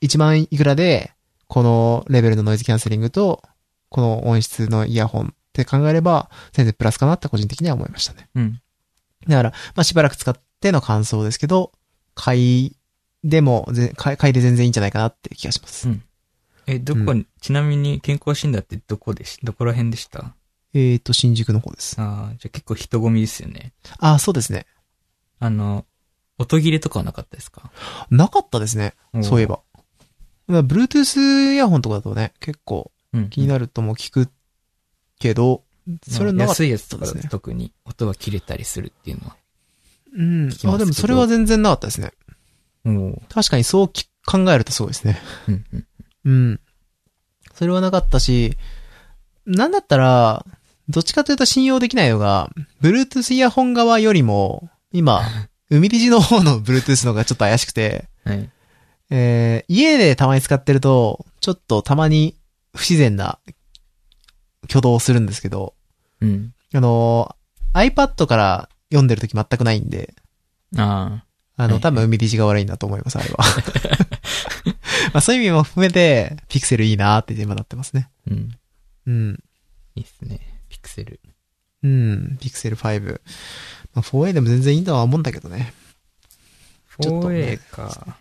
S1: 1万いくらで、このレベルのノイズキャンセリングと、この音質のイヤホンって考えれば、全然プラスかなって個人的には思いましたね。
S2: うん。
S1: だから、まあ、しばらく使っての感想ですけど、買いでもぜ、買い買いで全然いいんじゃないかなって気がします。
S2: うんえ、どこに、ちなみに健康診断ってどこでし、どこら辺でした
S1: えっ、と、新宿の方です。
S2: ああ、じゃあ結構人混みですよね。
S1: あ、そうですね。
S2: あの、音切れとかはなかったですか
S1: なかったですね。そういえば。だから Bluetooth イヤホンとかだとね、結構
S2: うん。
S1: 気になるとも聞くけど、それなかった
S2: 安いやつと
S1: で
S2: かだ
S1: す
S2: と
S1: ね。
S2: 特に音が切れたりするっていうのは。
S1: うん
S2: 聞きますけ。ど
S1: あ、でもそれは全然なかったですね。
S2: おー
S1: 確かにそうき考えるとすごいですね。
S2: うんうん。
S1: うん。それはなかったし、なんだったら、どっちかというと信用できないのが、Bluetooth イヤホン側よりも、 今、海り地の方の Bluetooth の方がちょっと怪しくて、
S2: はい。
S1: えー、家でたまに使ってると、ちょっとたまに不自然な挙動をするんですけど、
S2: うん。
S1: あのー、iPad から読んでるとき全くないんで、
S2: あ
S1: あ
S2: は
S1: の、
S2: い
S1: 多分海り地が悪いんだと思います、あれ は。まあそういう意味も含めて、ピクセルいいなーって今なってますね。
S2: あ。うん。
S1: うん。
S2: いいっすね。ピクセル。
S1: うん、ピクセル5。まあ、4A でも全然いいとは思うんだけどね。ちょっとね
S2: 4A か。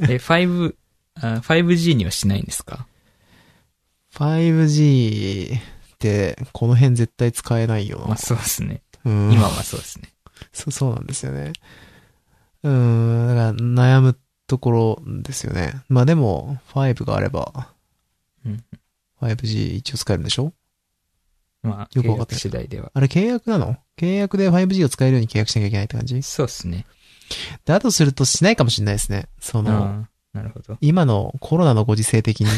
S2: え、5、あ 5G にはしないんですか
S1: 5G って、この辺絶対使えないよ
S2: ま
S1: な
S2: あ。そうですね。
S1: うん、
S2: 今はそうですね。
S1: そ。そうなんですよね。うん、だから悩むところですよね。まあでも、5があれば、
S2: うん。
S1: 5G 一応使えるんでしょ
S2: まあ、
S1: よく
S2: 契
S1: わかって
S2: 約
S1: る
S2: 次第では。
S1: あれ契約なの契約で 5G を使えるように契約しなきゃいけないって感じ
S2: そうですね。
S1: だとするとしないかもしれないですね。その、
S2: ああ、なるほど。
S1: 今のコロナのご時世 的に、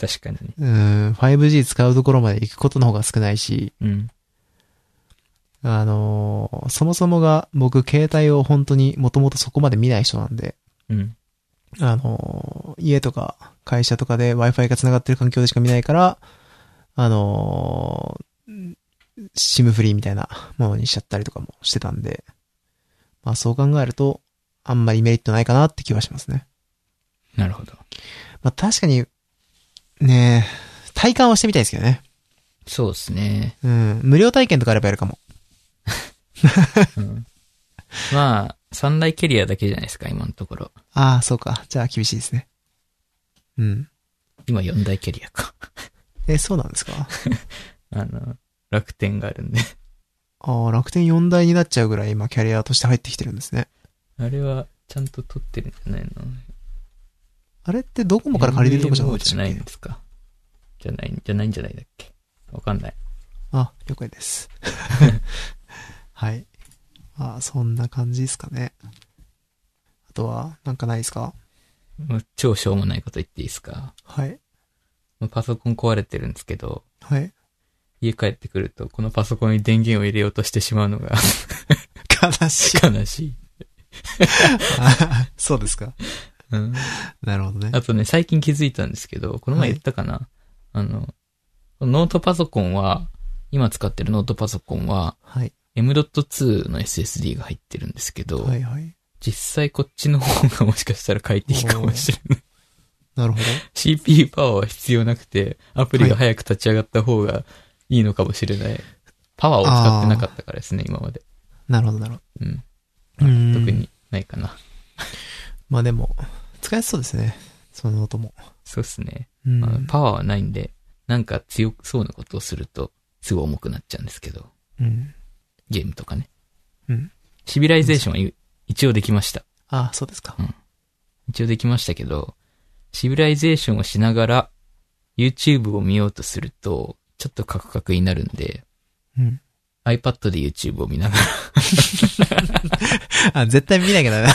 S2: 確かにね。
S1: うん、5G 使うところまで行くことの方が少ないし、
S2: うん。
S1: あのーそもそもが僕携帯を本当にもともとそこまで見ない人なんで、
S2: うん。
S1: あのー家とか会社とかで Wi-Fi が繋がってる環境でしか見ないから、あのー、SIM フリーみたいなものにしちゃったりとかもしてたんで、まあそう考えると、あんまりメリットないかなって気はしますね。
S2: なるほど。
S1: まあ確かに、ねえ、体感はしてみたいですけどね。
S2: そうですね。
S1: うん、無料体験とかあればやるかも。
S2: うん。 まあ、三大キャリアだけじゃないですか、今のところ。
S1: ああ、そうか。じゃあ厳しいですね。うん。
S2: 今四大キャリアか。
S1: え、そうなんですか
S2: あの、楽天があるんで。
S1: ああ、楽天4台になっちゃうぐらい今キャリアとして入ってきてるんですね。
S2: あれは、ちゃんと取ってるんじゃないの
S1: あれってドコモから借りてるとこじゃな
S2: MVMO
S1: いで
S2: じ
S1: し
S2: ゃ
S1: た
S2: な
S1: っ
S2: いん
S1: け
S2: ですか。じゃない、じゃないんじゃないだっけ。わかんない。
S1: あ、了解 です。はい。まあ、そんな感じですかね。あとは、なんかないですか
S2: もう超しょうもないこと言っていいですか。
S1: はい。
S2: もうパソコン壊れてるんですけど、
S1: はい。
S2: 家帰ってくると、このパソコンに電源を入れようとしてしまうのが
S1: 悲しい。
S2: 悲しい。
S1: あ そうですか。
S2: うん。
S1: なるほどね。
S2: あとね、最近気づいたんですけど、この前言ったかな、あの、ノートパソコンは、今使ってるノートパソコンは、
S1: はい。
S2: M.2 の SSD が入ってるんですけど、
S1: はいはい。
S2: 実際こっちの方がもしかしたら快適かもしれない。
S1: なるほ
S2: CPU パワーは必要なくて、アプリが早く立ち上がった方がいいのかもしれない。パワーを使ってなかったからですね、今まで。
S1: ど。なるほど、なるほ
S2: うん。
S1: ど。うん
S2: 特。にないかな。
S1: まあでも、使いやすそうですね。その音も。
S2: そうですね。
S1: うん
S2: あのパワーはないんで、なんか強そうなことをすると、すごい重くなっちゃうんですけど。
S1: うん。
S2: ゲームとかね。
S1: うん。
S2: シビライゼーションは一一応できました。
S1: ああ、そうですか。
S2: 一応できましたけど、シビライゼーションをしながら、YouTube を見ようとすると、ちょっとカクカクになるんで、
S1: うん。
S2: iPad で YouTube を見なが
S1: あ、絶対見なきゃダメだ。
S2: ら、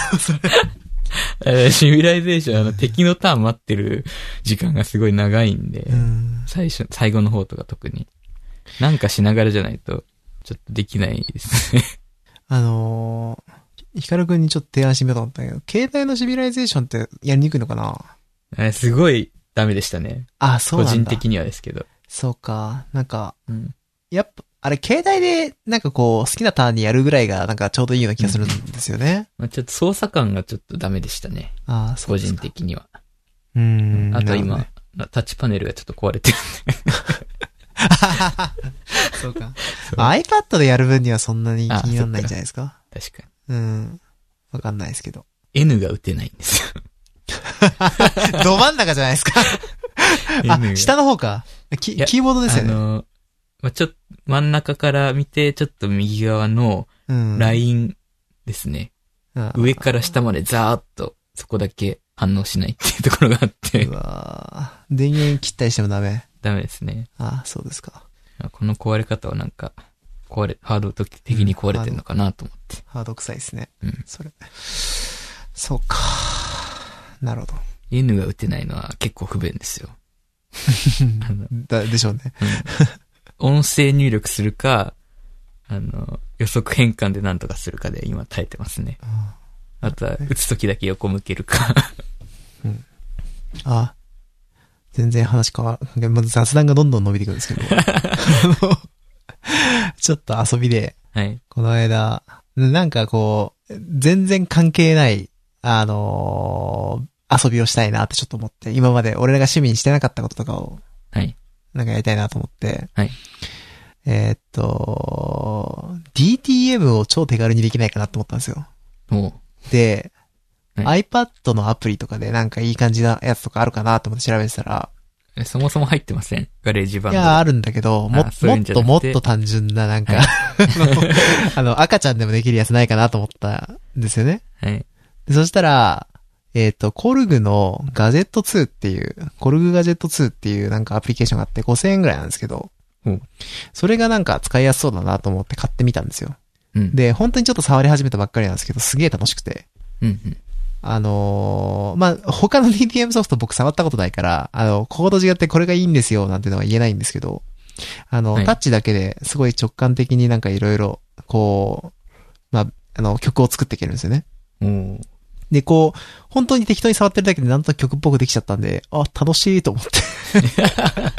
S2: えーシビライゼーション、あの、敵のターン待ってる時間がすごい長いんで、
S1: うん。
S2: 最初、最後の方とか特に。なんかしながらじゃないと、ちょっとできないですね。
S1: あのー、ヒカルくんにちょっと提案してみようと思ったんだけど、携帯のシビライゼーションってやりにくいのかな
S2: えーすごいダメでしたね。
S1: あ、そう
S2: 個
S1: なんだ。
S2: 人的にはですけど。
S1: そうか。なんか、
S2: うん。
S1: やっぱ、あれ、携帯で、なんかこう、好きなターンにやるぐらいが、なんかちょうどいいような気がするんですよね。
S2: まあ、ちょっと操作感がちょっとダメでしたね。
S1: ああ、そう
S2: 個
S1: です
S2: 人
S1: か。
S2: 的には。
S1: うん。
S2: あと
S1: な
S2: 今、
S1: る
S2: タッチパネルがちょっと壊れてる。
S1: ほどね。そうか。iPad でやる分にはそんなに気にならないんじゃないですか
S2: 確か
S1: うん。わかんないです けど。
S2: に。N が打てないんですよ。
S1: ど真ん中じゃないですか。
S2: N
S1: あ、
S2: が
S1: 下の方か。キ
S2: いや
S1: キーボードですよ
S2: あ
S1: ね。
S2: の、まあ、ちょっと真ん中から見て、ちょっと右側の
S1: うん。
S2: ラインですね。
S1: あー
S2: 上から下までザーッと、そこだけ反応しないっていうところがあって
S1: う、わー電源切ったりしてもダメ。
S2: ダメですね。
S1: ああ、そうですか。
S2: あこの壊れ方はなんか、壊れ、ハード的に壊れてるのかなと思って。
S1: ハード臭いですね。
S2: うん
S1: それ。そうか。なるほど。
S2: N が打てないのは結構不便です よ。 あの
S1: だでしょうね。
S2: 音声入力するか、あの、予測変換で何とかするかで今耐えてますね。
S1: あ
S2: あとは、打つときだけ横向けるか。
S1: あ。全然話変わる。まず雑談がどんどん伸びていくんですけど。 あのちょっと遊びで、
S2: はい。
S1: この間、なんかこう、全然関係ない、あのー遊びをしたいなってちょっと思って、今まで俺らが趣味にしてなかったこととかを
S2: はい。
S1: なんかやりたいなと思って。
S2: はい
S1: えーっと、DTM を超手軽にできないかなと思ったんですよ。
S2: おう。
S1: で、
S2: は
S1: iPad のアプリとかでなんかいい感じなやつとかあるかなと思って調べてたら、
S2: えそもそも入ってません。ガレージバン
S1: い
S2: ド。
S1: や、あるんだけど、も
S2: あそうい
S1: も
S2: う
S1: っ
S2: んじゃ
S1: と
S2: なくて
S1: もっと単純ななんか、 あの、赤ちゃんでもできるやつないかなと思ったんですよね。
S2: はい。
S1: でそしたら、えっ、と、コルグのガジェット2っていう、コルグガジェット2っていうなんかアプリケーションがあって5000円ぐらいなんですけど、
S2: うん
S1: それがなんか使いやすそうだなと思って買ってみたんですよ。
S2: うん。
S1: で、本当にちょっと触り始めたばっかりなんですけど、すげえ楽しくて。
S2: うんうん。
S1: あのーまあ、他の DTM ソフト僕触ったことないから、あの、ここと違ってこれがいいんですよなんてのは言えないんですけど、あの、
S2: はい
S1: タッチだけですごい直感的になんかいろいろ、こう、まあ、あの、曲を作っていけるんですよね。
S2: おう
S1: で、こう、本当に適当に触ってるだけでなんとなく曲っぽくできちゃったんで、あ、楽しいと思 って。は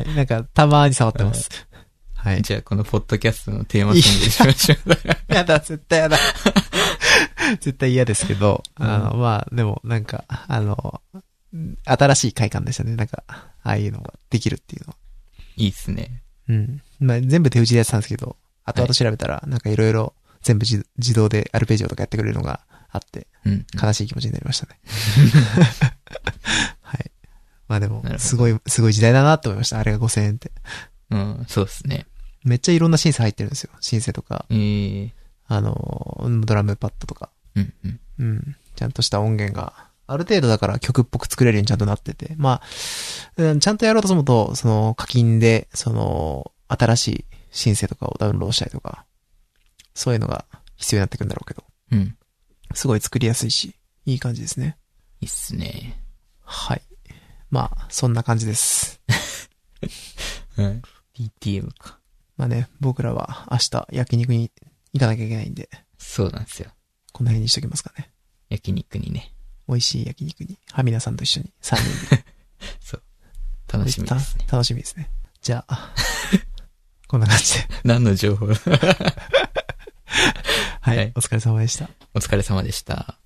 S1: い。なんか、たまーに触ってます。はい。い
S2: じゃあ、このポッドキャストのテーマソングにしましょ う。
S1: やだ、絶対やだ。 絶対嫌ですけど、あの、まあ、でも、なんか、あの、新しい快感でしたね。なんか、ああいうのができるっていうのは。
S2: いいっすね。
S1: うん。まあ、全部手打ちでやってたんですけど、後々調べたら、なんかいろいろ全部自自動でアルペジオとかやってくれるのがあって、
S2: うん。
S1: 悲しい気持ちになりました ね。はい。まあでも
S2: なるほ、ど
S1: すごい、すごい時代だなって思いました。あれが5000円って。
S2: うん、そうっすね。
S1: めっちゃいろんなシンセ入ってるんですよ。シンセとか、
S2: えー。
S1: あのー、ドラムパッドとか。
S2: うんうん。
S1: うん。ちゃんとした音源が、ある程度だから曲っぽく作れるようにちゃんとなってて。まあ、うん、ちゃんとやろうとすると、その課金で、その、新しいシンセとかをダウンロードしたりとか、そういうのが必要になってくるんだろうけど、
S2: うん。い
S1: すごい作りやすいし、いい感じですね。
S2: いっすね。
S1: はい。まあ、そんな感じです。
S2: はい。DTM か。
S1: まあね、僕らは明日焼肉に行かなきゃいけないんで、
S2: そうなんですよ。
S1: この辺にしときますかね。
S2: 焼肉にね。
S1: 美味しい焼肉に、ハミナさんと一緒に3人で。
S2: 楽しみですね。
S1: た楽しみですね。じゃあ、こんな感じで。
S2: 何の情報
S1: はい、
S2: はい
S1: お疲れ様でした。
S2: お疲れ様でした。